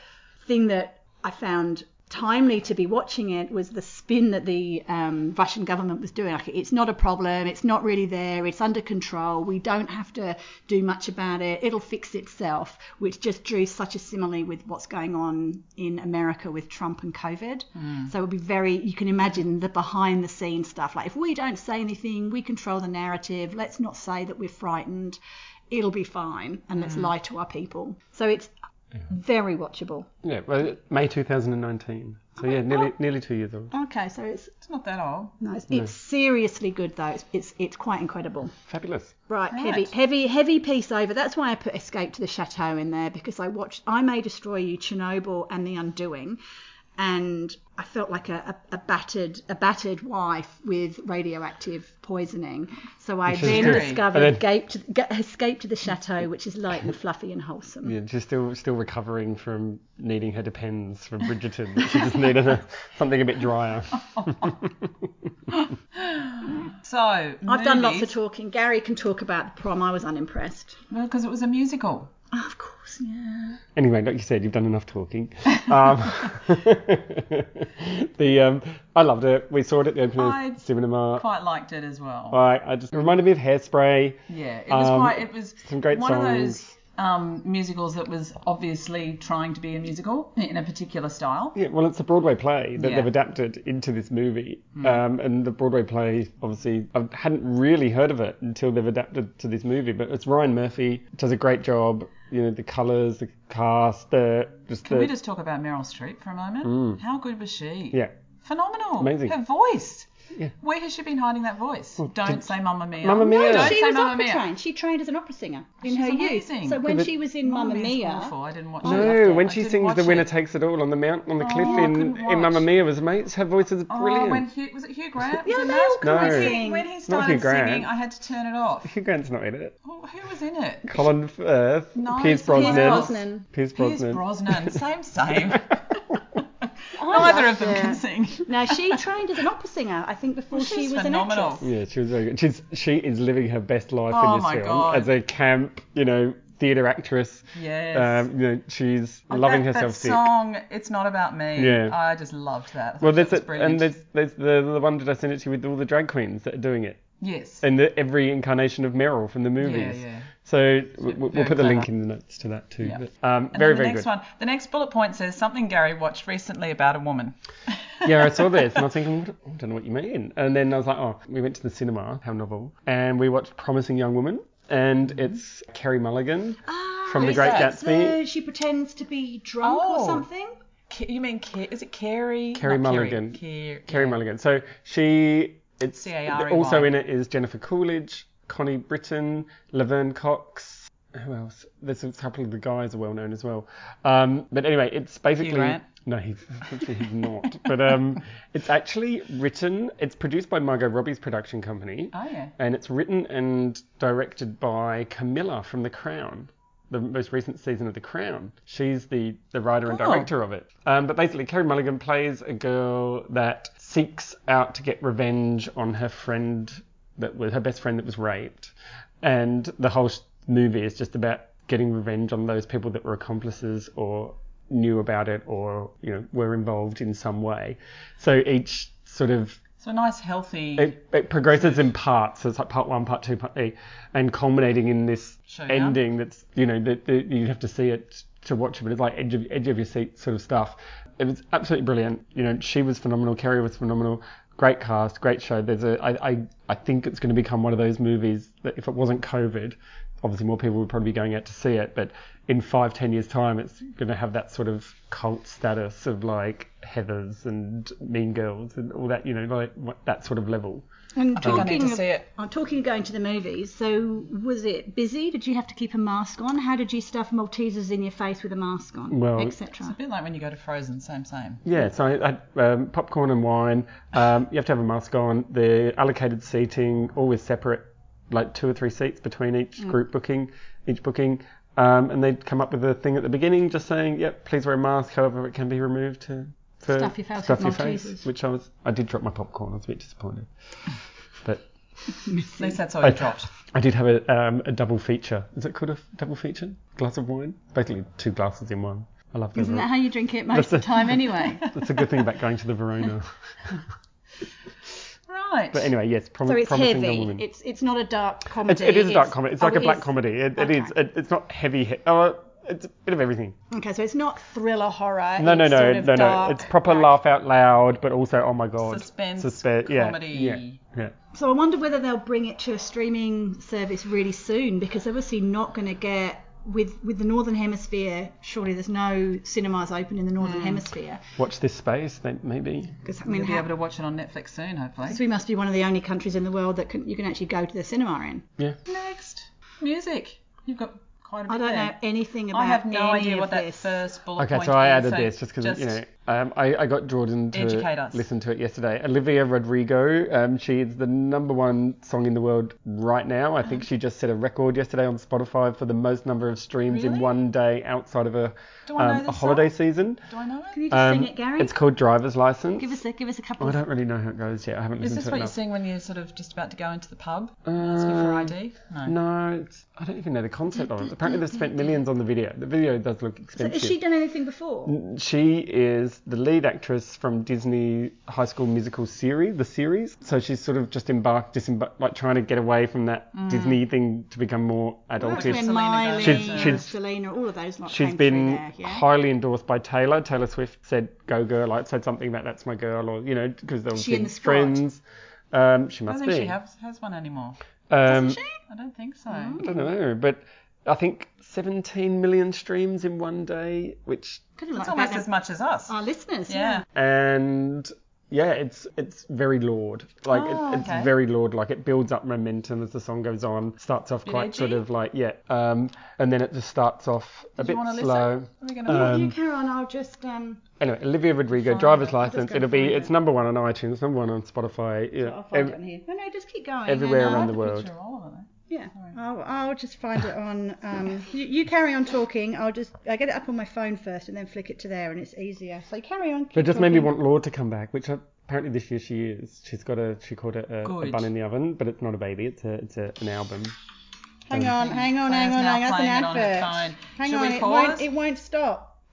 thing that I found timely to be watching it was the spin that the um, Russian government was doing. Like, it's not a problem. It's not really there. It's under control. We don't have to do much about it. It'll fix itself, which just drew such a simile with what's going on in America with Trump and COVID. So it would be very, you can imagine the behind the scenes stuff. Like, if we don't say anything, we control the narrative. Let's not say that we're frightened. It'll be fine. And let's lie to our people. So it's very watchable.
Yeah, well, May 2019. So yeah,
Oh.
nearly nearly two years old.
Okay, so it's
It's not that old.
No, it's, it's seriously good though. It's, it's it's quite incredible.
Fabulous.
Right, heavy,
Right.
heavy, heavy piece over. That's why I put Escape to the Chateau in there because I watched I May Destroy You, Chernobyl, and The Undoing, and I felt like a, a, a battered a battered wife with radioactive poisoning. So I
Which is
then
good.
discovered
And then-
Escape, to, Ga- Escape to the Chateau, which is light and fluffy and wholesome.
Yeah, she's still still recovering from needing her depends from Bridgerton. she just needed a, something a bit drier.
So I've
I've done lots of talking. Gary can talk about the prom. I was unimpressed.
well because it was a musical.
Oh, of course, yeah.
Anyway, like you said, you've done enough talking. Um, *laughs* the um, I loved it. We saw it at the opening
I
cinema.
Quite liked it as well.
I, I just it reminded me of Hairspray.
Yeah, it was
Uh, Um,
quite. It was
some great
one of those
songs.
um, musicals that was obviously trying to be a musical in a particular style.
Yeah, well, it's a Broadway play that
Yeah. Hmm.
they've adapted into this movie. Um, and the Broadway play, obviously, I hadn't really heard of it until they've adapted to this movie. But it's Ryan Murphy does a great job. You know, the colours, the cast, the just
Can
the
we just talk about Meryl Streep for a moment? How good was she?
Hmm. yeah.
phenomenal.
Amazing.
Her voice.
Yeah.
Where has she been hiding that voice? Don't
did-
say Mamma Mia.
Mamma Mia.
Don't
She
She
say
was
Mamma
opera
Mia.
trained. She trained as an opera singer in
She's
her
amazing.
youth. So when
but-
she was in Mamma
Mia's
Mia,
awful. I didn't watch
No.
it.
No, when
I
she
didn't
sings
watch
"The Winner
it. Oh,
Takes It All" on the mount on the cliff
I
in,
couldn't
in Mamma
watch.
Mia was amazing. Her voice is
Oh,
brilliant.
when
*laughs*
Hugh, was it Hugh Grant?
Yeah,
was in
they
that?
all
No.
When he-
sing.
When he
Not Hugh
started
Grant.
suging, I had to turn it off.
Hugh Grant's not in it.
Who who was in it?
Colin Firth,
No,
Pierce
it's Pierce
Brosnan,
Brosnan.
Pierce
Pierce
Brosnan.
Brosnan. Same,
*laughs*
same.
I
Neither of
loved
them
her.
can sing.
Now she trained as an opera singer, I think, before she
She's
was
phenomenal.
an actress.
Yeah, she was very good. She's she is living her best life
Oh
in this
my
film
God.
as a camp, you know, theatre actress.
Yes.
Um, you know, she's
Oh,
loving
that,
herself
that
sick.
song, It's Not About Me.
Yeah.
I just loved that. I
Well,
thought
there's
that
a,
was
and
brilliant.
there's there's the, the one that I sent it to you with all the drag queens that are doing it,
Yes.
and the, every incarnation of Meryl from the movies.
yeah.
So we, we'll
very
put the link
clever.
in the notes to that too.
Yeah.
But, um,
And
very
then the
very
next
good.
one, the next bullet point says something Gary watched recently about a woman.
yeah, I saw this and I was thinking, I don't know what you mean. And then I was like, oh, we went to the cinema, how novel, and we watched Promising Young Woman, and
Mm-hmm.
it's Kerry Mulligan from The
Ah, Is
Great
that
Gatsby.
the- she pretends to be drunk
Oh.
or something.
K- you mean K- is it Carrie?
Carrie
Not
Mulligan.
Carrie. Car-
Kerry Mulligan. So she, it's
C-A-R-E-Y.
also in it is Jennifer Coolidge, Connie Britton, Laverne Cox. Who else? There's a couple of the guys are well known as well. Um, but anyway, it's basically
Grant?
no, he's, he's not. but um, it's actually written. It's produced by Margot Robbie's production company.
Oh yeah.
and it's written and directed by Camilla from The Crown, the most recent season of The Crown. She's the, the writer and
Oh.
director of it. Um, but basically, Kerry Mulligan plays a girl that seeks out to get revenge on her friend that was her best friend that was raped, and the whole s- movie is just about getting revenge on those people that were accomplices or knew about it or you know were involved in some way. So each sort of
So a nice healthy.
it, it progresses in parts. So it's like part one, part two, part three, and culminating in this
Showdown.
ending that's you know that, that you have to see it to watch it, but it's like edge of edge of your seat sort of stuff. It was absolutely brilliant. You know, she was phenomenal. Kerry was phenomenal. Great cast, great show. There's a I I, I think it's going to become one of those movies that if it wasn't COVID, obviously more people would probably be going out to see it, but in five ten years time, it's going to have that sort of cult status of like Heather's and Mean Girls and all that. You know, like what, that sort of level.
And
I think I need
talking,
to see it.
I'm talking of going to the movies. So was it busy? Did you have to keep a mask on? How did you stuff Maltesers in your face with a mask on,
Well-
etc.
A bit like when you go to Frozen, same same.
Yeah, so I had um, popcorn and wine. Um, you have to have a mask on. The allocated seating, always separate, like two or three seats between each
Mm.
group booking, each booking. Um, and they'd come up with a thing at the beginning just saying, yep, please wear a mask, however it can be removed to for
Stuff Your Face Oh, with
Stuff Your
Maltesers.
Face, which I was I did drop my popcorn. I was a bit disappointed, but
At least that's all you dropped.
I did have a, um, a double feature. Is it called a f- double feature? Glass of wine? Basically, two glasses in one. I love
*laughs*
that.
Isn't that how you drink it most of the
That's *laughs*
time anyway?
That's a good thing about going to the
*laughs*
Verona.
Right.
But anyway, yes, prom-
So it's
promising young
heavy.
woman.
It's it's not a dark comedy.
It's, it is a dark comedy. It's
oh,
like a
it
black
is.
comedy. It,
Okay.
it is. It, it's not heavy. Hit. Oh, it's a bit of everything.
Okay, so it's not thriller horror.
No, no,
it's
no,
sort of
no, no.
dark.
It's proper laugh out loud, but also oh my god,
Suspense,
Suspe- yeah,
comedy.
Yeah, yeah.
So I wonder whether they'll bring it to a streaming service really soon because obviously not going to get with with the northern hemisphere. Surely there's no cinemas open in the northern hemisphere
Watch this space, then maybe.
because I
Hmm. You'll
mean,
be
how-
able to watch it on Netflix soon, hopefully.
*laughs* 'cause we must be one of the only countries in the world that can, you can actually go to the cinema in.
Yeah.
Next, music. You've got quite a bit
I don't
there.
know anything about.
I have no
any
idea
of
what that
this.
first bullet
Okay,
point
so I
is,
added this just because you know um, I, I got Jordan to
Educate us.
listen to it yesterday. Olivia Rodrigo, um, she is the number one song in the world right now. I
Ah.
think she just set a record yesterday on Spotify for the most number of streams in
Really?
one day outside of a,
Do I know
um, a
this
holiday
song?
season.
Do I know
Can
it?
you just
Um,
sing it, Gary?
It's called Driver's License. Oh,
Give us a give us a couple.
I
of
don't really know how it goes yet. I haven't
Is
listened
this
to it
what you
enough.
sing when you're sort of just about to go into the pub? Asking for
Um,
ID? No.
no, it's, I don't even know the concept of it. Apparently, they've spent millions on the video. The video does look
So
expensive.
has she done anything before?
She is the lead actress from Disney High School Musical series, the series. So she's sort of just embarked, disembarked, like trying to get away from that
Mm.
Disney thing to become more
That's
adultish.
when
Selena
Miley, uh,
goes
She's- she's-
Selena, all of those like
She's
came through
been
there, yeah?
highly endorsed by Taylor. Taylor Swift said "Go Girl," like said something about "That's my girl," or you know, because they're
She
obviously
in the squad?
friends. Um, she
I don't
must
think
be.
she has, has one anymore.
um,
She?
I don't think so.
I don't know, but I think 17 million streams in one day, which
Could have
It's
like
almost
about
as much as us.
our listeners.
yeah.
and yeah, it's it's very Lord. Like
Oh,
it, it's
okay.
very Lord. Like it builds up momentum as the song goes on. Starts off quite
edgy?
sort of like yeah, um, and then it just starts off a
Did
bit
you want to
slow. uh,
listen? Are we going to
Yeah.
Um,
you carry on. I'll just um.
Anyway, Olivia Rodrigo,
Fine,
Driver's
I'll just
License.
go
It'll be
find
it's
it.
number one on iTunes, number one on Spotify. Yeah,
I'll find
ev-
it on here. No, no, just keep going.
everywhere
and, uh,
around the world.
Picture all of it.
Yeah, I'll, I'll just find it on. Um, you, you carry on talking. I'll just I get it up on my phone first and then flick it to there, and it's easier. So carry on. Keep
But it just made me
talking.
want Lord to come back, which apparently this year she is. She's got a she called it a, a
Good.
bun in the oven, but it's not a baby. It's a it's a, an album.
Hang on, hang on, hang
Claire's
on,
now
hang on. That's an
playing it on her
advert.
phone.
Hang
Shall
on,
we
it
pause?
won't it won't stop.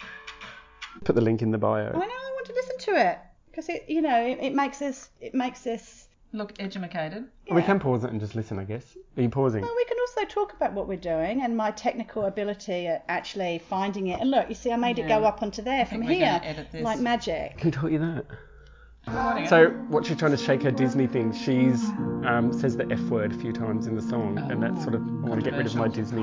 Put the link in the bio.
I know. I want to listen to it because it you know it, it makes us it makes us.
Look educated.
We
yeah. Oh.
can pause it and just listen, I guess. Are you pausing?
Well, we can also talk about what we're doing and my technical ability at actually finding it. And look, you see, I made it go
Yeah.
up onto there from
we're
here,
gonna edit this.
like magic.
Who taught you that?
Recording it.
So what she's trying to shake her Disney thing, she's um, says the F word a few times in the song,
Oh.
and that's sort of I want to get rid of my Disney.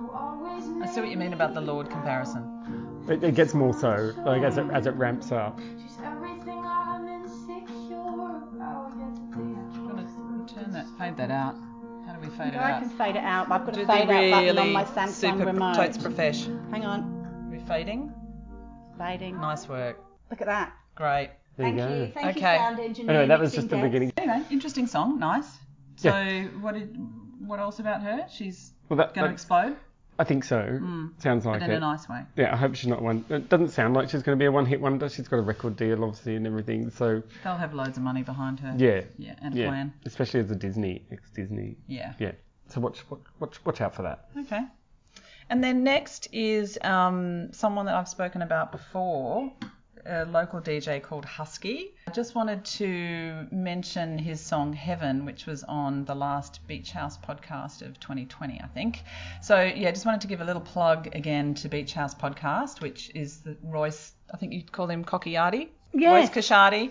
I see what you mean about the Lord comparison.
It, it gets more so like as it as it ramps up.
She's everything I'm insecure about. Yet the
I'm going to turn that, fade that out. How do we fade it
I
out?
can fade it out. I've got
Do
a
the
fade out button on
really
my Samsung
super
remote.
totes profesh.
Hang on,
Are we fading?
fading.
Nice work.
Look at that.
Great.
There
Thank
you go.
you. Thank
Okay.
you, sound engineer.
Anyway, that was
mixing
just the
decks.
beginning.
Anyway, interesting song. Nice. So
Yeah.
what did, what else about her? She's
Well, that,
going to
that
explode, Hmm.
I think so. Sounds
Mm. but
like
in a
it.
nice way.
Yeah, I hope she's not one. It doesn't sound like she's going to be a one-hit wonder. She's got a record deal, obviously, and everything. So
They'll have loads of money behind her.
yeah,
Yeah, and a
yeah,
plan.
especially as a Disney ex-Disney.
Yeah.
Yeah. So watch watch watch, watch out for that.
Okay. And then next is um, someone that I've spoken about before, a local DJ called Husky. I just wanted to mention his song Heaven, which was on the last Beach House podcast of 2020, I think. So, yeah, just wanted to give a little plug again to Beach House podcast, which is the Royce, I think you'd call him Cocciardi.
Yeah.
Royce Cocciardi.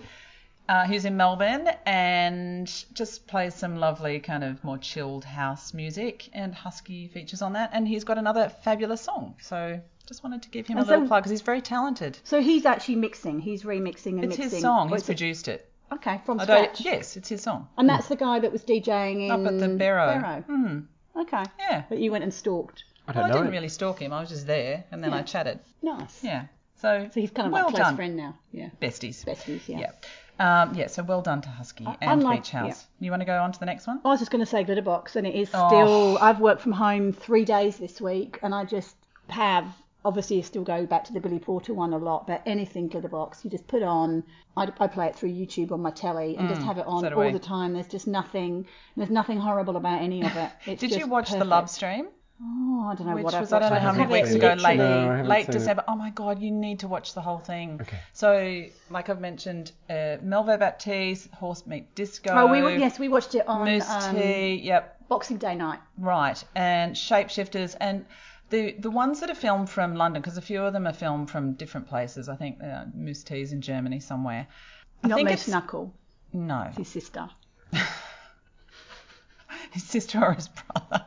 Uh, who's in Melbourne and just plays some lovely kind of more chilled house music and Husky features on that and he's got another fabulous song so just wanted to give him a
And
little
so-
plug because he's very talented.
So he's actually mixing. He's remixing and
It's
mixing.
his song.
Oh,
He's
it's a-
produced it.
okay from
Although,
scratch.
yes, it's his song.
And that's the guy that was DJing in
Up at the Barrow. Hmm.
Okay.
Yeah.
But you went and stalked.
I don't
Well, I
know.
didn't
it.
really stalk him. I was just there, and then I chatted.
Nice.
Yeah. So,
So he's kind of
well
my close
done.
friend now. Yeah.
Besties.
Besties. Yeah.
Yeah. Um, yeah. So well done to Husky and
unlike-
Beach House. You want to go on to the next one?
I was just going to say Glitterbox, and it is still.
Oh.
I've worked from home three days this week, and I just have. obviously you still go back to the Billy Porter one a lot, but anything Glitterbox, you just put on. I, I play it through YouTube on my telly and just have it on
Mm, so do
all
we.
the time. There's just nothing. There's nothing horrible about any of it. It's
Did you
just
watch the
perfect.
Love Stream?
Oh, I don't know
Which
what I've
was I don't know
watched.
how
I
many
haven't
weeks ago,
literally-
late
No, I haven't
late
seen it.
December. Oh my god, you need to watch the whole thing.
Okay.
So, like I've mentioned, uh, Melville Baptiste, Horse Meat Disco.
Oh, we were, yes, we watched it on
Moose
um,
Tea. Yep,
Boxing Day night.
Right, and shapeshifters and the the ones that are filmed from London, because a few of them are filmed from different places. I think uh, Moose Tea's in Germany somewhere. I
Not
think
Moose
it's
Knuckle,
no, *laughs*
his sister.
his sister or his brother.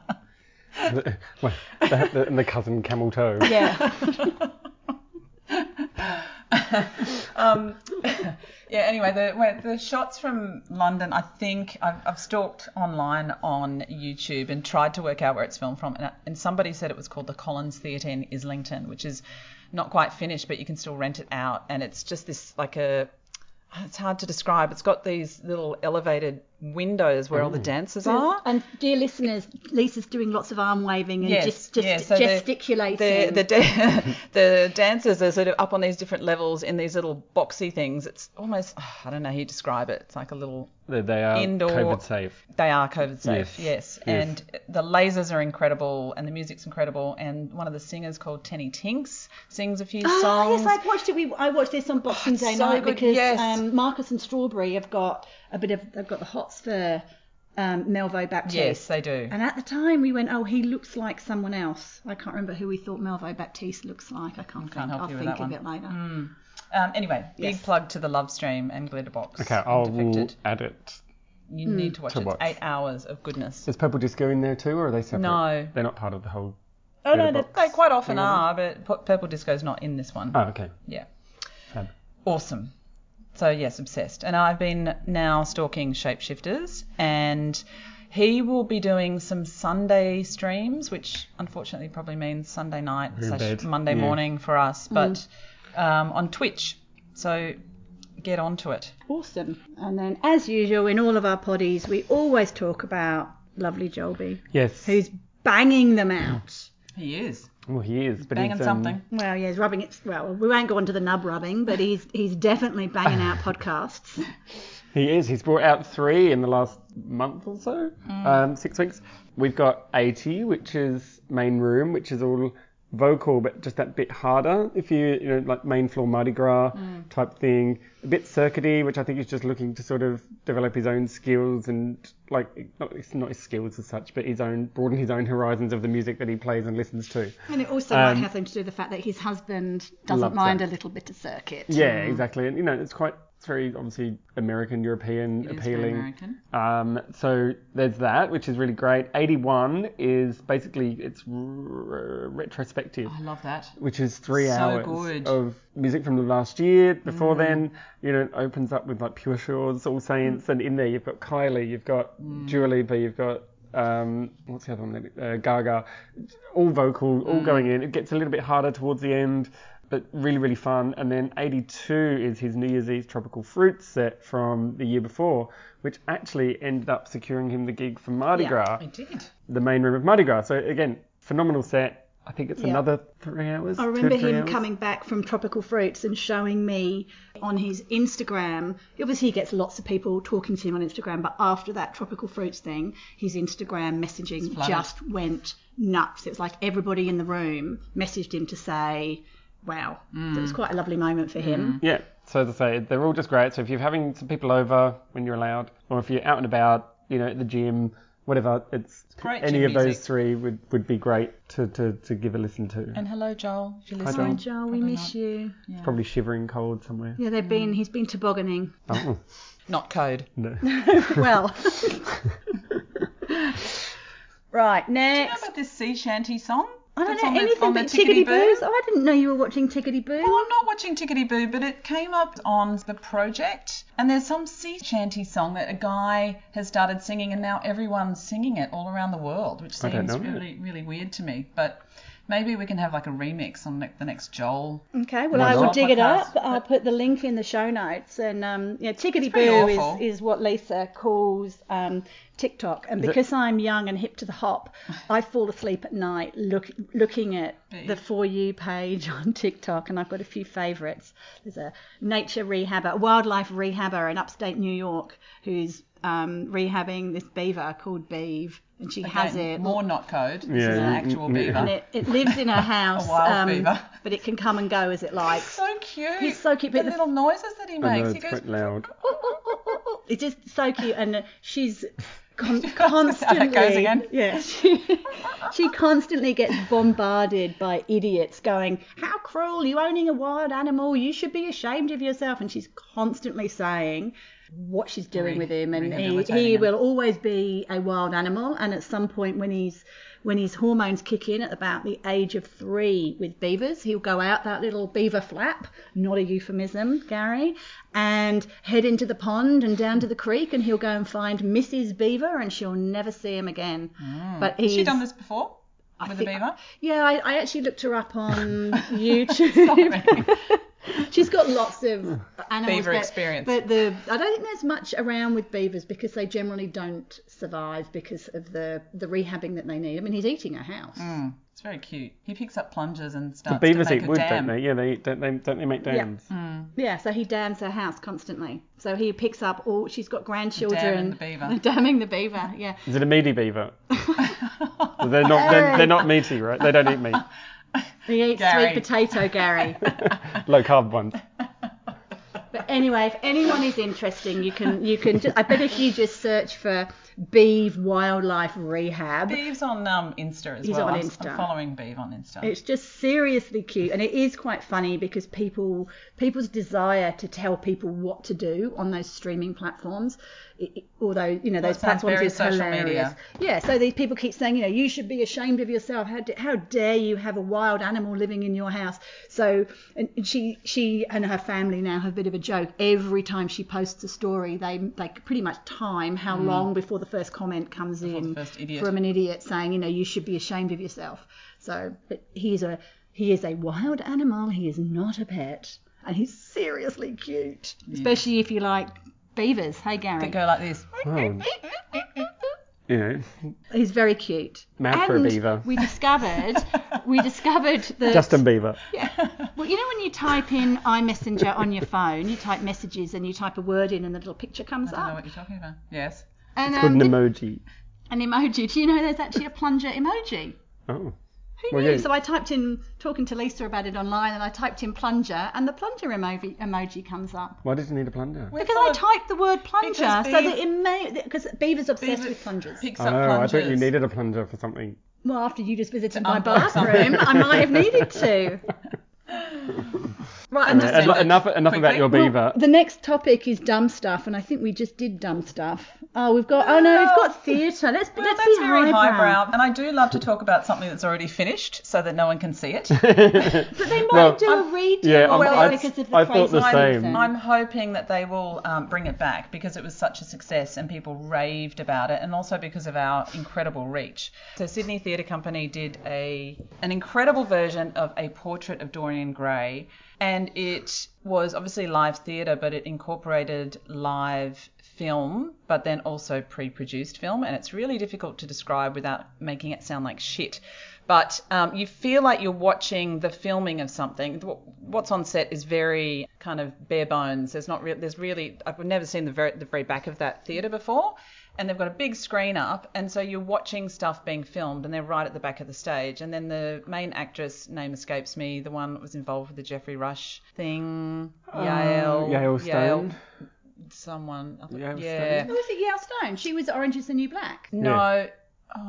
the, well, the, the, and the cousin Camel Toe.
Yeah.
Um, yeah. Anyway, the when- the shots from London. I think I've, I've stalked online on YouTube and tried to work out where it's filmed from, and, and somebody said it was called the Collins Theatre in Islington, which is not quite finished, but you can still rent it out, and it's just this like a it's hard to describe. It's got these little elevated windows where all the dancers are.
and dear listeners, Lisa's doing lots of arm waving and
Yes,
just, just
yeah, so they're-
gesticulating.
the the, da- *laughs* the dancers are sort of up on these different levels in these little boxy things. It's almost I don't know how you describe it. It's like a little
They, they are
Indoor-
COVID safe.
they are COVID safe. Yes.
Yes. Yes.
And the lasers are incredible and the music's incredible and one of the singers called Tenny Tinks sings a few
Ah,
songs. Oh,
yes, I've watched it. We, I watched this on Boxing
it's
Day
so
night
good,
because
yes.
um, Marcus and Strawberry have got a bit of they've got the hots for um, Melvo Baptiste.
yes, they do. Um,
And at the time we went, oh, he looks like someone else. I can't remember who we thought Melvo Baptiste looks like. I can't, think.
help
I'll
you with
think
that
of
one.
it later.
Um, anyway, big
Yes.
plug to the Love Stream and Glitterbox.
Okay, I'll
Defected.
add it.
You need to watch
To
it. It's
watch.
eight hours of goodness.
Is Purple Disco in there too, or are they separate?
No.
They're not part of the whole.
Oh no,
Glitterbox.
that-
They quite often are, but Pu- Purple Disco's not in this one.
Oh, okay.
Yeah.
Fab.
Awesome. So yes, obsessed. And I've been now stalking shapeshifters and he will be doing some Sunday streams, which unfortunately probably means Sunday night
Very
slash
bad.
Monday
Yeah.
morning for us, but um, on Twitch. So get onto it.
Awesome. And then, as usual, in all of our poddies, we always talk about lovely Jolby,
Yes.
who's banging them out.
He is.
well, he is. But
Banging
he's, um,
something.
Well, yeah, he's rubbing it. Well, we won't go on to the nub rubbing, but he's he's definitely
*laughs*
banging out podcasts.
He is. He's brought out three in the last month or so,
Hmm.
um, six weeks. We've got 80, which is main room, which is all vocal, but just that bit harder. If you, you know, like main floor Mardi Gras
Hmm.
type thing, a bit circuity, which I think is just looking to sort of develop his own skills and like not, it's not his skills as such, but his own broaden his own horizons of the music that he plays and listens
Hmm.
to.
And it also might have something to do with the fact that his husband doesn't
Um, Loves
mind
that.
a little bit of circuit.
Yeah, exactly. And you know, it's quite it's very obviously American, European
It is very
appealing.
American.
Um, so there's that, which is really great. 81 is basically it's r- retrospective,
I love that.
which is three
So
hours
good. Mm.
of music from the last year. Before then, you know, it opens up with like Pure Shores, All Saints, and in there you've got Kylie, you've got
Mm.
Dua Lipa, you've got um, what's the other one? Uh, Gaga. All vocal, all
Mm.
going in. It gets a little bit harder towards the end. But really, really fun. And then 82 is his New Year's Eve Tropical Fruit set from the year before, which actually ended up securing him the gig for Mardi
Yeah.
Gras,
I did.
the main room of Mardi Gras. So, again, phenomenal set. I think it's
Yeah.
another three hours.
I
two,
remember
three
him
hours.
coming back from Tropical Fruits and showing me on his Instagram. Obviously, he gets lots of people talking to him on Instagram, but after that Tropical Fruits thing, his Instagram messaging
flooded.
just went nuts. It was like everybody in the room messaged him to say, wow. It was quite a lovely moment for him.
Yeah. So as I say, they're all just great. So if you're having some people over when you're allowed, or if you're out and about, you know, at the gym, whatever, it's,
great
any
gym
of those
music.
three would, would be great to, to, to give a listen to.
And hello Joel, if you're
Hi,
listening.
Joel.
Joe, we miss you.
It's probably shivering cold somewhere.
Yeah, they've
Mm.
been he's been tobogganing.
Oh,
Not code.
no.
*laughs*
well. right,
How
next.
about this sea shanty song?
I don't
That's
know
on the-
anything
on the
but Tickety Boos.
Boo?
Oh, I didn't know you were watching Tickety Boo.
Well, I'm not watching Tickety Boo, but it came up on the project, and there's some sea shanty song that a guy has started singing, and now everyone's singing it all around the world, which
I don't
seems
know it.
really, really weird to me. But Maybe we can have like a remix on ne- the next Joel.
Okay, well,
Why
I will
not?
dig it up.
Podcast.
I'll put the link in the show notes. And um, yeah, Tickety
pretty
Boo
awful.
is, is what Lisa calls um, TikTok. And
Is it-
because I'm young and hip to the hop, I fall asleep at night look, looking at
Bee.
the For You page *laughs* on TikTok. And I've got a few favourites. There's a nature rehabber, a wildlife rehabber in upstate New York who's um, rehabbing this beaver called Beeve. And she has
Again,
it.
More not code. This
Yeah,
is an
mm,
actual
mm, yeah.
beaver.
and it, it
*laughs*
lives in her house, um,
wild beaver.
but it can come and go as it likes.
So cute.
He's so cute,
The,
but the-
little noises that he
I
makes.
know
he
it's
goes.
quite loud.
*laughs* It's just so cute, and
*laughs*
she's con-
goes
constantly.
again.
*laughs* Yeah, she, she constantly gets bombarded by idiots going, "How cruel! You owning a wild animal. You should be ashamed of yourself." And she's constantly saying what she's doing
Re-
with him, and he,
rehabilitating
he
him.
will always be a wild animal. And at some point, when he's when his hormones kick in at about the age of three with beavers, he'll go out that little beaver flap, not a euphemism, Gary, and head into the pond and down to the creek, and he'll go and find Mrs. Beaver, and she'll never see him again. But
Mm.
he's,
Has she done this before? with a
think-
beaver?
Yeah, I, I actually looked her
*laughs*
up on YouTube. She's got lots of animals,
Beaver
but,
experience.
But the I don't think there's much around with beavers because they generally don't survive because of the the rehabbing that they need. I mean, he's eating a house.
Mm, it's very cute. He picks up plungers and starts
Beavers
to make
eat
a
wood,
dam. Mm.
don't they? Yeah, they don't they don't they make dams.
Yeah, so he dams her house constantly. So he picks up all. She's got
Damming
grandchildren.
the beaver.
*laughs* Damming the beaver. Yeah.
Is it a
*laughs*
meaty beaver? they're not they're, they're not meaty, right? They don't
*laughs*
eat meat.
He eats
Gary.
sweet
*laughs*
potato, Gary.
Low carb ones.
But anyway, if anyone is interesting, you can you can. Just, I bet if you just search for Beeve Wildlife Rehab,
Beeves on um, Insta as
He's
well.
on
I'm, I'm
Insta.
following Beeve on Insta.
it's just seriously cute, and it is quite funny because people people's desire to tell people what to do on those streaming platforms, it, it- although you know those
sounds
platforms
very
is
social
hilarious.
media.
Yeah, so these people keep saying, you know, you should be ashamed of yourself. How, d how dare you have a wild animal living in your house? So and and she she and her family now have a bit of a joke. Every time she posts a story, they they pretty much time how long before the first comment comes
the
in
first idiot.
from an idiot saying, you know, you should be ashamed of yourself. So but he's a he is a wild animal. He is not a pet, and he's seriously cute, especially if you like beavers. Hey Gary,
They go like
*laughs*
this. *laughs*
Oh, you know,
he's very cute.
Mad for a
and
beaver. *laughs*
We discovered we discovered that
Justin Bieber.
Well, you know when you type in iMessenger on your phone, you type messages and you type a word in, and the little picture comes
I don't know
up.
what you're talking about. Yes.
And
It's called an
um,
emoji.
an emoji. Do you know there's actually a plunger emoji?
Oh.
Who
Well,
knew?
yeah.
So I typed in talking to Lisa about it online, and I typed in plunger, and the plunger emoji emoji comes up.
Why did you need a plunger?
We're
Because
full
I
of-
typed the word plunger, so
Because
that
Beav-
it may because Beaver's obsessed
Beaver
with plungers.
Picks
Oh,
up
I
plungers.
thought you needed a plunger for something.
Well, after you just visited
To
my
unblock something.
bathroom, I might have needed to. Right, I'm
Just
Yeah,
send
en-
it
enough enough about
quickly.
your beaver.
The next topic is dumb stuff, and I think we just did dumb stuff. Oh, we've got oh no, we've got theatre. Let's
Well,
let's
that's
be
very
highbrow.
highbrow, and I do love to talk about something that's already finished, so that no one can see it.
But they might
Well,
do a redo
yeah, I'm-
well,
I-
because of the
I
crazy
thought the
reason.
same.
I'm hoping that they will um, bring it back because it was such a success and people raved about it, and also because of our incredible reach. So Sydney Theatre Company did a an incredible version of a portrait of Dorian Gray, and it was obviously live theatre, but it incorporated live film, but then also pre-produced film, and it's really difficult to describe without making it sound like shit. But um, you feel like you're watching the filming of something. Wh- What's on set is very kind of bare bones. There's not real. There's really I've never seen the very the very back of that theatre before, and they've got a big screen up, and so you're watching stuff being filmed, and they're right at the back of the stage. And then the main actress name escapes me, the one that was involved with the Jeffrey Rush thing, Yale,
Um, Yale Stone.
someone. I thought-
Yale
yeah.
Stone?
Who was it? Yale Stone. She was Orange is the New Black.
No.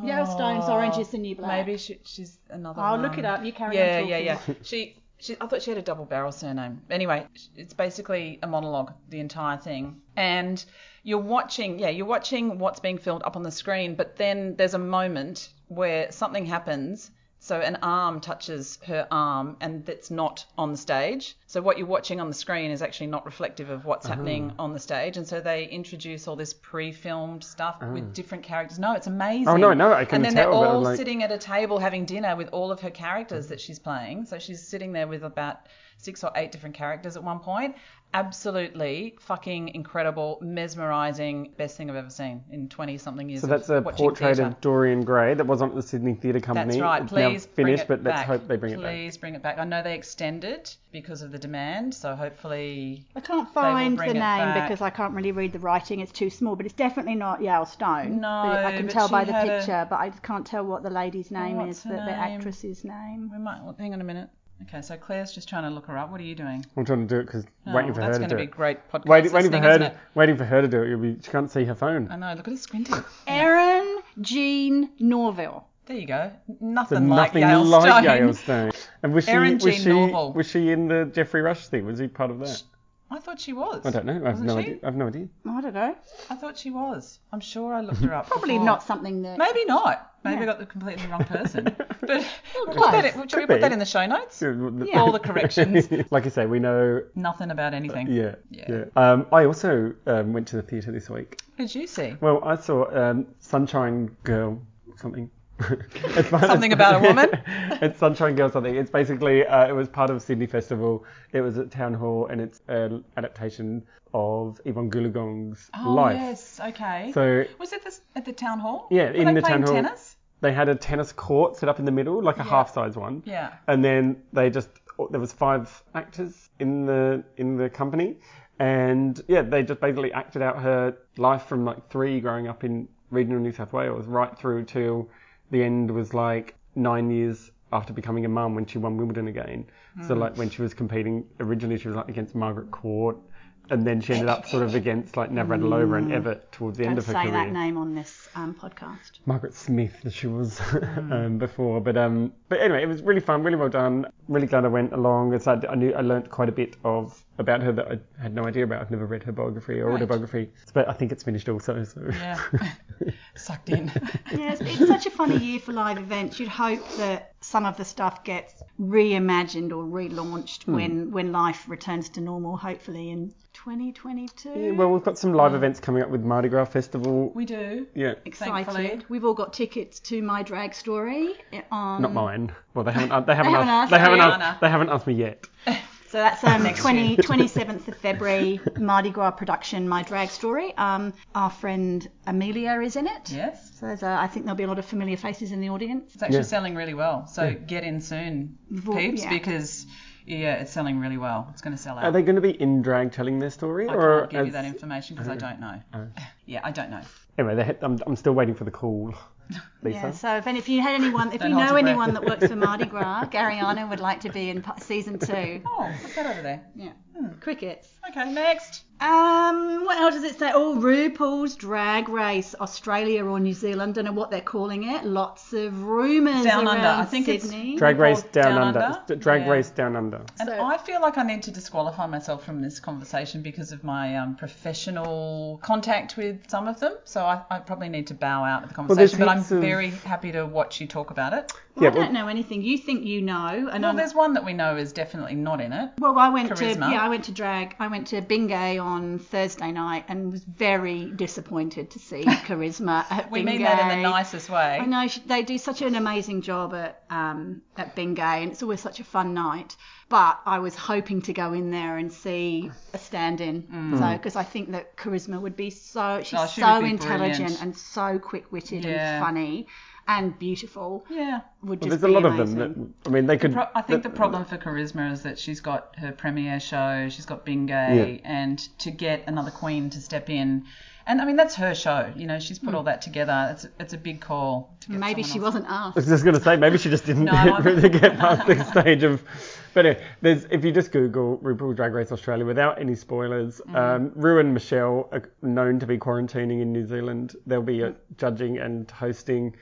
Yale Stone's
Oh,
Orange is the New Black.
Maybe she, she's another.
I'll
one.
look it up. You carry
yeah,
on
yeah,
talking.
yeah. She, she. I thought she had a double barrel surname. Anyway, it's basically a monologue, the entire thing, and you're watching. Yeah, you're watching what's being filmed up on the screen, but then there's a moment where something happens. So an arm touches her arm, and that's not on the stage. So what you're watching on the screen is actually not reflective of what's happening
Uh-huh.
on the stage. And so they introduce all this pre-filmed stuff with different characters. No, it's amazing.
Uh-huh. Oh, no, no, I can
And then they're
tell, but I'm
all
like-
sitting at a table having dinner with all of her
Mm-hmm.
characters that she's playing. So she's sitting there with about six or eight different characters at one point. Absolutely fucking incredible, mesmerizing, best thing I've ever seen in 20 something years.
So that's
of
a
watching
portrait
theatre.
of Dorian Gray that was on at the Sydney Theatre Company.
That's right.
It's
Please
now
bring
finished,
it
but let's
back.
hope they bring it back.
Please bring it back. I know they extended because of the demand, so hopefully
I can't find the
bring
name
it back.
because I can't really read the writing. It's too small, but it's definitely not Yale Stone.
No,
But I can
but
tell
she
by the
had a-
picture, but I just can't tell what the lady's name
what's
is,
her
the, the
name?
actress's name.
we might. well, Hang on a minute. Okay, so Claire's just trying to look her up. What are you doing?
I'm trying to do it because
Oh,
waiting for her
that's
to
going
do
to be
it.
great podcast
Waiting, waiting for
listening,
her,
isn't
to,
it?
waiting for her to do it. You'll be, she can't see her phone.
I know. Look at her squinting.
Erin Jean Norville.
There you go.
So
Nothing,
nothing
like Yale
like
Stone.
Yale Stone. And was she
Erin
was
Jean
she
Norville.
was she in the Jeffrey Rush thing? Was he part of that?
*laughs* I thought she was.
I don't know. I've
Wasn't
no
she?
idea. I've no idea.
I don't know.
I thought she was. I'm sure I
*laughs*
looked her up.
Probably
before.
not something that.
Maybe not. Maybe
Yeah.
I got the completely wrong
*laughs*
person. But *laughs* we'll put
close.
that, in- should we
Could
put that
be.
in the show notes?
Yeah.
All the corrections.
*laughs* like I say, we know.
Nothing about anything.
Uh, Yeah.
Yeah.
Yeah. Um, I also um, went to the theatre this week.
What did you see?
Well, I saw um, Sunshine Girl something. *laughs* It's part of-
Something about a woman?
*laughs* it's Sunshine Girl something. It's basically uh, it was part of Sydney Festival. It was at Town Hall, and it's an adaptation of Yvonne Goolagong's
Oh
life.
yes, okay.
So
was it this at the town hall?
Yeah,
Were
in
they
the
playing
town hall.
tennis?
they had a tennis court set up in the middle, like a
Yeah.
half-size one.
Yeah.
*laughs* And then they just there was five actors in the in the company, and yeah, they just basically acted out her life from like three growing up in regional New South Wales right through till the end was like nine years after becoming a mum when she won Wimbledon again. So
Hmm.
like when she was competing originally, she was like against Margaret Court. And then she ended up sort of against like Navratilova and Evatt towards the end
Hmm. Don't
of her
say
career.
that name on this um, *laughs* podcast.
Margaret Smith that she was *laughs*
Mm.
um, before. But um, but anyway, it was really fun, really well done. Really glad I went along. It's, I, I knew I learnt quite a bit of about her that I had no idea about. I've never read her biography or
Right.
autobiography, but I think it's finished also. So
Yeah. Sucked in.
Yeah, it's, it's such a *laughs* funny year for live events. You'd hope that some of the stuff gets reimagined or relaunched when when life returns to normal, hopefully in 2022.
*laughs* Yeah, well, we've got some live events coming up with Mardi Gras Festival.
Mm. we do.
yeah.
Excited.
Thankfully.
We've all got tickets to my drag story. eh, On,
Mm.
Not mine. Well, they haven't. They haven't.
haven't
asked,
asked
they haven't
Rihanna.
asked. They haven't asked me yet.
So that's *laughs* um, 20, 27th of February, Mardi Gras production, My Drag Story. Um, our friend Amelia is in it.
Yes.
So there's a, I think there'll be a lot of familiar faces in the audience.
It's actually
Yeah.
selling really well. So get in soon,
Vo-
peeps,
yeah.
because yeah, it's selling really well. It's going to sell out.
Are they going to be in drag telling their story,
Oh. I
or
can't give you
as- Oh.
that information because I don't know. *sighs* yeah, I don't know.
anyway? They had, I'm, I'm still waiting for the
*laughs*
call, Lisa.
Yeah, so if, any, if you had anyone, if
Don't
you
hold
know
your breath.
anyone that works for
*laughs*
Mardi Gras, Gariana would like to be in pa- season two.
Oh, put that over there.
Yeah,
Hmm.
crickets.
Okay, next.
Um, what else does it say? Oh, RuPaul's Drag Race, Australia or New Zealand. Don't know what they're calling it. Lots of rumours
Down
around
Under. I think it's-
Sydney.
Drag Race
Called
Down,
Down
Under.
Under?
It's d- Drag
Yeah.
Race Down Under.
And
So-
I feel like I need to disqualify myself from this conversation because of my um, professional contact with some of them. So I, I probably need to bow out of the
there's
conversation. but I'm
heaps of-
very happy to watch you talk about it.
Yeah,
I
well-
don't know anything. You think you know, and
Well,
I'm-
there's one that we know is definitely not in it.
Well, I went
Charisma.
to yeah, I went to drag. I went to Bingay on Thursday night and was very disappointed
*laughs*
to see Charisma at
We
Bingay.
mean that in the nicest way.
I know she, they do such an amazing job at um, at Bingay, and it's always such a fun night. But I was hoping to go in there and see a stand-in, so because I think that Charisma would be so she's
Mm. Oh, she
so
would be
intelligent
brilliant.
and so quick-witted
Yeah.
and funny and beautiful.
Yeah.
Would
Well,
just
there's a
be
lot
amazing.
of them. That, I mean, they could.
Pro- I think the
that-
problem for Charisma is that she's got her premiere show, she's got Bingay, and to get another queen to step in, and I mean that's her show. You know, she's put
Hmm.
all that together. It's it's a big call. To get
Maybe
someone
she
else.
wasn't asked.
I was just going to say, maybe she just didn't *laughs*
No, I
really get past the stage of. But anyway, there's, if you just Google RuPaul Drag Race Australia without any spoilers,
Mm-hmm.
um, Rue and
Mm-hmm.
Michelle are known to be quarantining in New Zealand. They'll be uh, judging and hosting.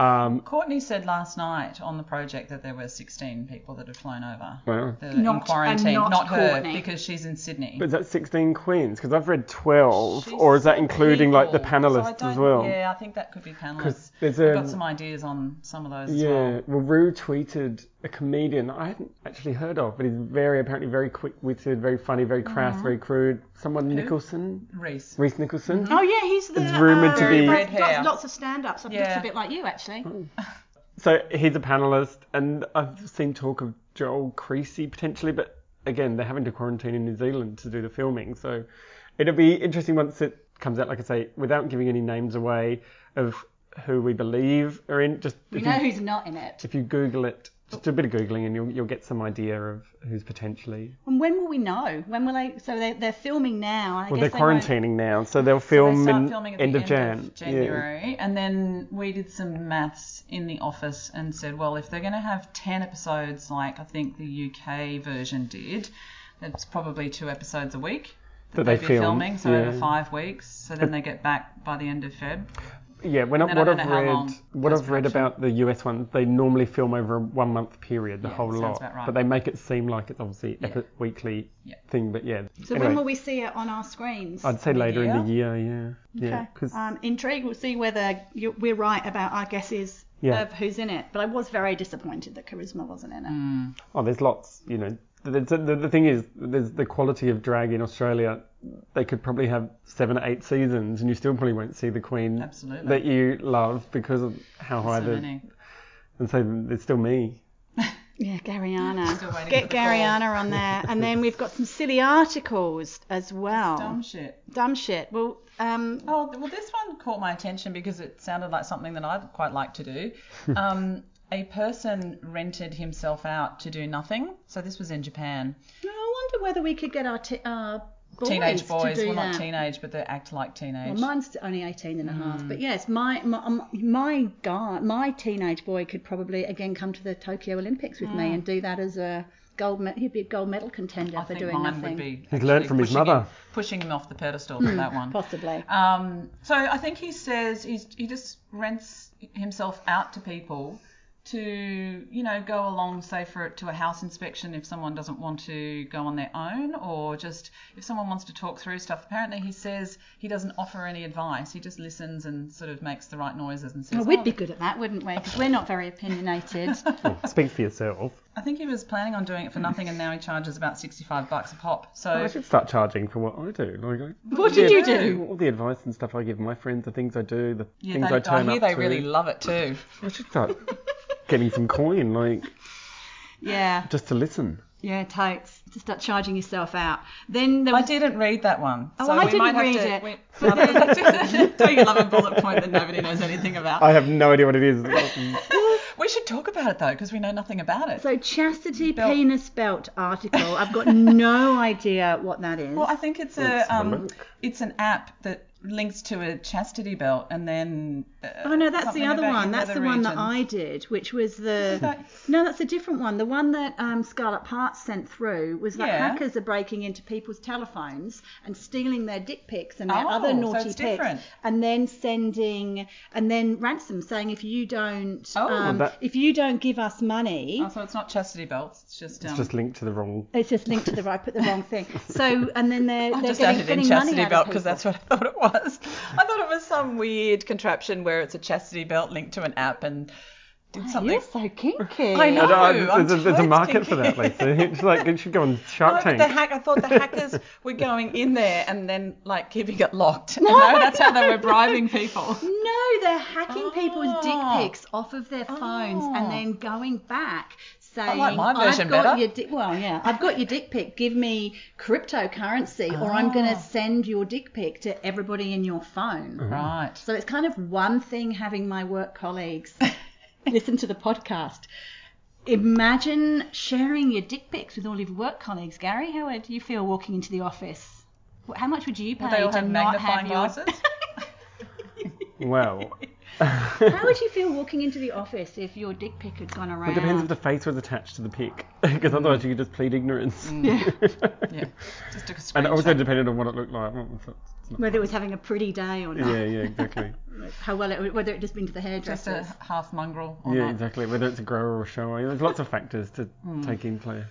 Um,
Courtney said last night on the project that there were 16 people that had flown over.
well,
that are in
Not-
quarantine,
and not
her
Courtney.
because she's in Sydney.
but is that 16 queens? Because I've read 12,
She's
or is that including like the
people, so I
panelists as
don't-
well?
Yeah, I think that could be panelists.
'Cause there's
I've
a-
got some ideas on some of those as well.
Yeah, well, Rue tweeted a comedian I hadn't actually heard of, but he's very apparently very quick-witted, very funny, very crass, very crude. Someone Nicholson,
Reese.
Reese Nicholson.
Oh yeah, he's the. uh,
It's rumoured to be-
Red
Lots,
hair.
lots of stand-ups. It Looks
Yeah.
a bit like you actually.
*laughs* So he's a panelist, and I've seen talk of Joel Creasy potentially, but again, they're having to quarantine in New Zealand to do the filming, so it'll be interesting once it comes out. Like I say, without giving any names away of who we believe are in, just
We
if
know
you,
who's not in it.
if you Google it, just do a bit of googling, and you'll you'll get some idea of who's potentially.
And when will we know? When will they? So they, they're filming now. and I
Well, they're
guess they won't-
quarantining now, so they'll
So
film
they start
in
filming at the
end of Jan. Yeah.
January, and then we did some maths in the office and said, well, if they're going to have ten episodes, like I think the UK version did, that's probably two episodes a week
That
they'd
they
be
film.
filming, so
yeah.
over five weeks. So then they get back by the end of Feb.
Yeah, when I,
then I
what
don't
I've
know how long
read, what I've read
post-production.
about the US ones, they normally film over a one month period, the
Yeah,
whole
sounds
lot.
about right.
But they make it seem like it's obviously
Yeah.
epi- weekly
Yeah.
thing. But yeah,
So
anyway,
when will we see it on our screens?
I'd say later in the year. Yeah, yeah,
Okay.
'cause-
Uh,
um, intrigued. We'll see whether you, we're right about our guesses
Yeah.
of who's in it. But I was very disappointed that Charisma wasn't in it.
Mm,
oh, there's lots. You know, the, the, the- the thing is, there's the quality of drag in Australia. They could probably have seven or eight seasons, and you still probably won't see the queen
Absolutely.
that you love because of how high
So
the
many.
and so it's still me.
Yeah,
Still
Garyana.
waiting
*laughs* Get
for the call.
Garyana on there. And then we've got some silly articles as well.
Dumb shit.
Dumb shit. Well, um,
Oh, well, this one caught my attention because it sounded like something that I'd quite like to
*laughs*
do. Um, a person rented himself out to do nothing. So this was in Japan.
I wonder whether we could get our, t- our boys
teenage boys,
to do
well,
that.
not teenage, but they act like
Well,
teenage. Mm.
mine's only 18 and a half, but yes, my my, um, my guy, my teenage boy could probably again come to the Tokyo Olympics with me and do that as a gold. Me- he'd be a gold medal contender
Mm. I
for
think
doing
mine
nothing, Hmm.
would be.
He's learned
actually
from his
pushing
mother.
him- pushing him off the pedestal for that one.
possibly.
Um, so I think he says he's, he just rents himself out to people to, you know, go along, say, for to a house inspection if someone doesn't want to go on their own or just if someone wants to talk through stuff. Apparently, he says he doesn't offer any advice. He just listens and sort of makes the right noises and says,
Well,
"Oh,
we'd be good at that, wouldn't we? Because we're not
*laughs*
very opinionated.
Oh, Speak for yourself.
I think he was planning on doing it for nothing and now he charges about 65 bucks a pop. So
I should start charging for what I do. Like, I-
what did you do?
All the advice and stuff I give my friends, the things I do, the
yeah,
things
they,
I turn
hear
up
they
to.
really love it too.
I should
*laughs*
start getting some coin, like
Yeah,
just to listen.
yeah, totes. To start charging yourself out. Then there
I
was
didn't read that one.
Oh,
so
I
we might
didn't
have
read
to-
it.
we- Don't *laughs* don't you love a bullet point that nobody knows anything about?
I have no idea what it is.
we should talk about it though, because we know nothing about it.
so chastity
Belt.
penis belt article. I've got
*laughs*
no idea what that is.
well, I think it's
Let's
a
have a
um,
look.
it's an app that links to a chastity belt, and then uh,
Oh no, that's
something
the other
about
one.
your
That's the
nether
one that
region.
I did, which was the
that-
no, that's a different one. The one that um, Scarlet Parts sent through was that
Yeah.
hackers are breaking into people's telephones and stealing their dick pics and their
Oh,
other
so
naughty
it's
pics,
different.
and then sending and then ransom saying if you don't
Oh.
um,
That-
if you don't give us money.
Oh, so it's not chastity belts. It's just um,
It's just linked to the wrong.
It's just linked to the right. I put the wrong thing. So and then
*laughs*
they're
I
they're
just
getting,
added in
getting money
chastity
out
belt
of
because
people.
that's what I thought it was. I thought it was some weird contraption where it's a chastity belt linked to an app and did something.
You're so kinky.
I know.
I don't-
No, I'm
there's, a, there's a
totes
market for that,
thinking-
Lisa. It's like it should go on Shark
No, but
Tank.
the hack. I thought the
*laughs*
hackers were going in there and then like keeping it locked. No, that's how they were bribing people.
No, they're hacking people's
Oh.
dick pics off of their phones
Oh.
and then going back saying,
like my version
have got
better."
Your di- well, yeah, I've got your dick pic. Give me cryptocurrency, or I'm going
Oh.
to send your dick pic to everybody in your phone."
*laughs*
Right.
So it's kind of one thing having my
*laughs*
work colleagues listen to the podcast. Imagine sharing your dick pics with all of your work colleagues, Gary. How would you feel walking into the office? How much would you pay
They all
to
have
not *laughs*
magnifying
have
*laughs*
your
glasses.
Well, *laughs*
How would you feel walking into the office if your dick pic had gone around?
It depends if the face was attached to the pic, *laughs* because otherwise you could just plead ignorance.
Mm. Yeah. Ah. Just took a screenshot.
*laughs* And it also depended on what it looked like. It's not- it's not-
whether it was having a pretty day or not.
Yeah, yeah, exactly.
How well it, whether it just been to the
just
hairdresser.
a half mongrel. Or
yeah,
not.
exactly. Whether it's a grower or a shower, there's lots of factors to take in play.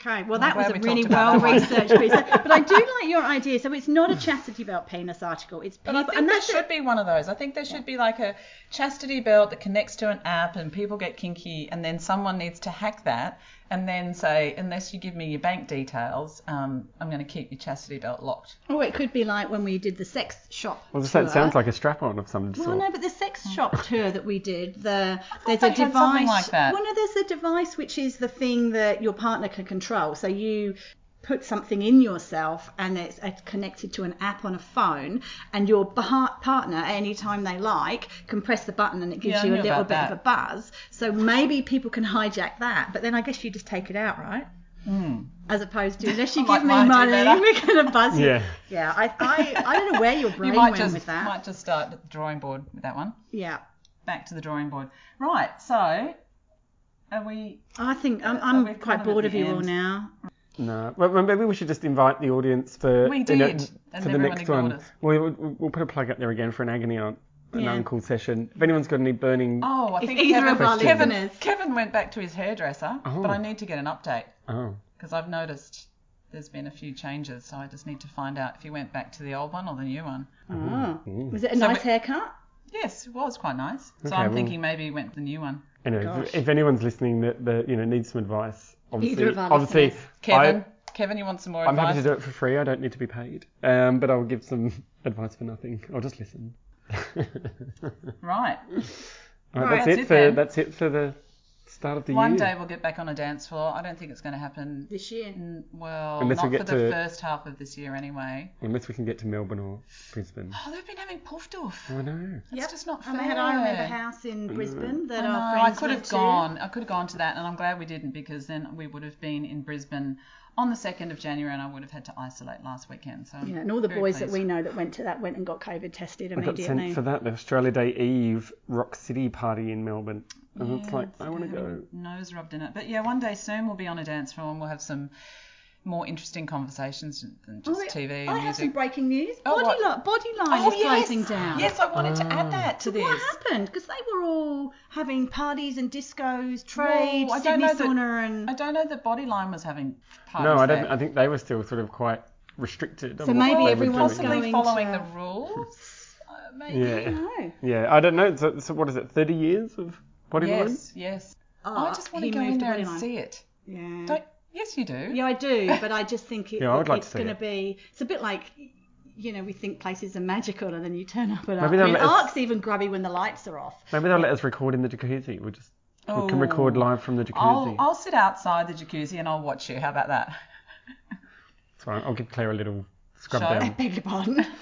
Okay, well that
glad
was a
we
really
talked about
well
that one.
researched piece,
*laughs*
but I do like your idea. So it's not a chastity belt penis article. It's
But
people,
I think
and
there
that's
should be one of those. I think there should be like a chastity belt that connects to an app, and people get kinky, and then someone needs to hack that, and then say, unless you give me your bank details, um, I'm going to keep your chastity belt locked.
Or it could be like when we did the sex shop.
Well, just
tour.
that sounds like a strap-on of some
Well,
sort.
no, but the sex shop tour that we did, the there's
they
a
had
device.
something like that.
Well, no, there's a device which is the thing that your partner can control. So you put something in yourself and it's uh, connected to an app on a phone and your par- partner at any time they like can press the button and it gives
Yeah, I
you
knew
a little
about
bit of a buzz so maybe people can hijack that but then i guess you just take it out right
Hmm.
as opposed
*laughs*
to unless you
like
give me
my idea better.
money *laughs* we're going to buzz you
Yeah.
yeah I, I i don't know where your
*laughs*
brain
You might
went
just
with that
might just start at the drawing board with that one.
yeah
Back to the drawing board. Right. So, are we?
I think I'm,
Uh,
I'm
we've
quite
kind of at
bored of
the
you all
end.
now.
No, well, well, maybe we should just invite the audience for
We
you
did,
know,
and
for the
everyone
next
ignored
one.
us.
We'll, we'll- we'll put a plug up there again for an agony aunt, an
Yeah.
uncle session. If anyone's got any burning, oh,
Oh, I
If
think
either
Kevin,
of our
Kevin,
listeners-
Kevin went back to his hairdresser,
Oh.
but I need to get an update. because I've noticed there's been a few changes, so I just need to find out if he went back to the old one or the new one.
Oh.
Mm.
Was it a
So
nice
we-
haircut?
Yes, it was quite nice. So
Okay,
I'm
well-
thinking maybe he went for the new one.
anyway,
Gosh.
if, if anyone's listening that, that you know needs some advice, obviously,
Either of our
obviously,
listeners.
Kevin,
I,
Kevin, you want some more
I'm
advice?
happy to do it for free. I don't need to be paid, um, but I'll give some *laughs* advice for nothing. I'll just listen. *laughs*
Right.
All right,
Right,
that's,
that's
it,
it
for
then.
that's it for the start of the
One
year.
day we'll get back on a dance floor. I don't think it's going to happen.
This year.
mm, Well,
Unless we
not
get
for the
to-
first half of this year anyway.
Unless we can get to Melbourne or
*gasps*
Brisbane.
Oh, they've been having poof doof.
I know.
It's just not fair.
And they had I Remember House
Mm.
in Brisbane that
I
our
know, I
friends
could
went
have
to.
gone. I could have gone to that, and I'm glad we didn't because then we would have been in Brisbane on the second of January, and I would have had to isolate last weekend. So I'm
Yeah, and all the
very
boys that
pleased.
we know that went to that went and got COVID tested
I got
immediately.
sent for that the Australia Day Eve Rock City party in Melbourne, and it's
Yeah,
like I want to
having
go.
Nose rubbed in it, but yeah, one day soon we'll be on a dance floor and we'll have some more interesting conversations than just
Oh, wait,
TV and
I have
music.
some breaking news.
Oh,
Body,
what?
Lo- body line
Oh,
is
yes.
closing down.
Yes, I wanted to add that to
So what
this.
happened? Because they were all having parties and discos, trade,
Well, I don't
Sydney
know that-
sauna, and
I don't know that Bodyline was having parties.
No, I
there.
don't. I think they were still sort of quite restricted. on
So
what
maybe
they were
everyone's
doing.
possibly
going
following
to-
the
*laughs*
rules. Uh, maybe.
I
Yeah,
know.
yeah. I don't know. So, so what is it? Thirty years of body
Yes, yes.
Oh,
I just want to
he
go
moved
in
the
there
body
and
line.
see it.
Yeah.
Don't, yes, you do.
Yeah,
*laughs*
I do, but I just think it,
Yeah, I would like
it's
to see
going
it.
to be. It's a bit like, you know, we think places are magical, and then you turn up and
Maybe
I
they'll
mean,
let us-
Ark's even grubby when the lights are off.
Maybe they'll let us record in the jacuzzi. We'll just we can
Oh.
record live from the
I'll,
jacuzzi.
I'll sit outside the jacuzzi and I'll watch you. How about that?
That's fine. I'll give Claire a little scrub
Sure.
down.
Beg your pardon. *laughs*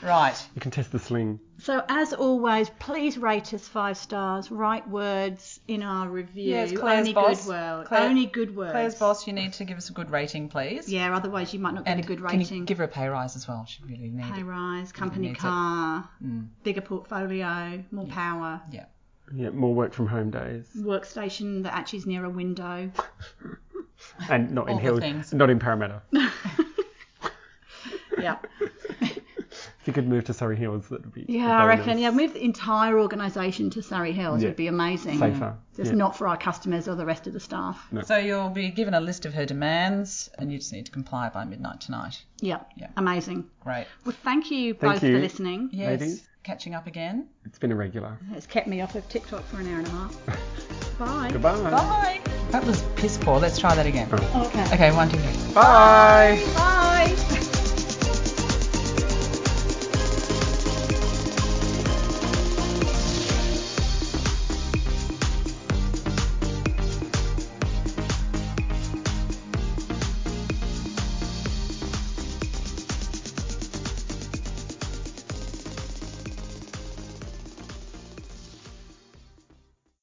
Right.
You can test the sling.
so as always, please rate us five stars. Write words in our review.
Yes, Claire's
only
boss.
good words.
Claire-
only good words.
Claire's boss, you need to give us a good rating, please.
Yeah, otherwise you might not get
And
a good
Can you
rating.
give her a pay rise as well? She really needs
Pay
it.
rise, company
needs it.
car, bigger portfolio, more power,
Mm. Yeah.
Yeah, more work from home days,
workstation that actually is near a window.
and not in
All the
Hill,
things.
not in Parramatta.
*laughs* yeah.
*laughs* If you could move to Surrey Hills, that would be a
Yeah, I
bonus.
reckon. Yeah, move the entire organisation to Surrey Hills
Yeah.
would be amazing.
Safer.
Just
Yeah.
not for our customers or the rest of the staff.
So you'll be given a list of her demands and you just need to comply by midnight tonight.
Yeah,
Yeah.
amazing.
Great.
Well, thank you
Thank
both
you.
for listening.
Yes.
Ladies?
Catching up again.
It's been a
*laughs*
regular.
It's kept me off of TikTok for an hour and a half. Bye.
Goodbye. Oh.
Bye. That was piss poor. Let's try that again.
Okay.
Okay, one, two, three.
Bye.
Bye.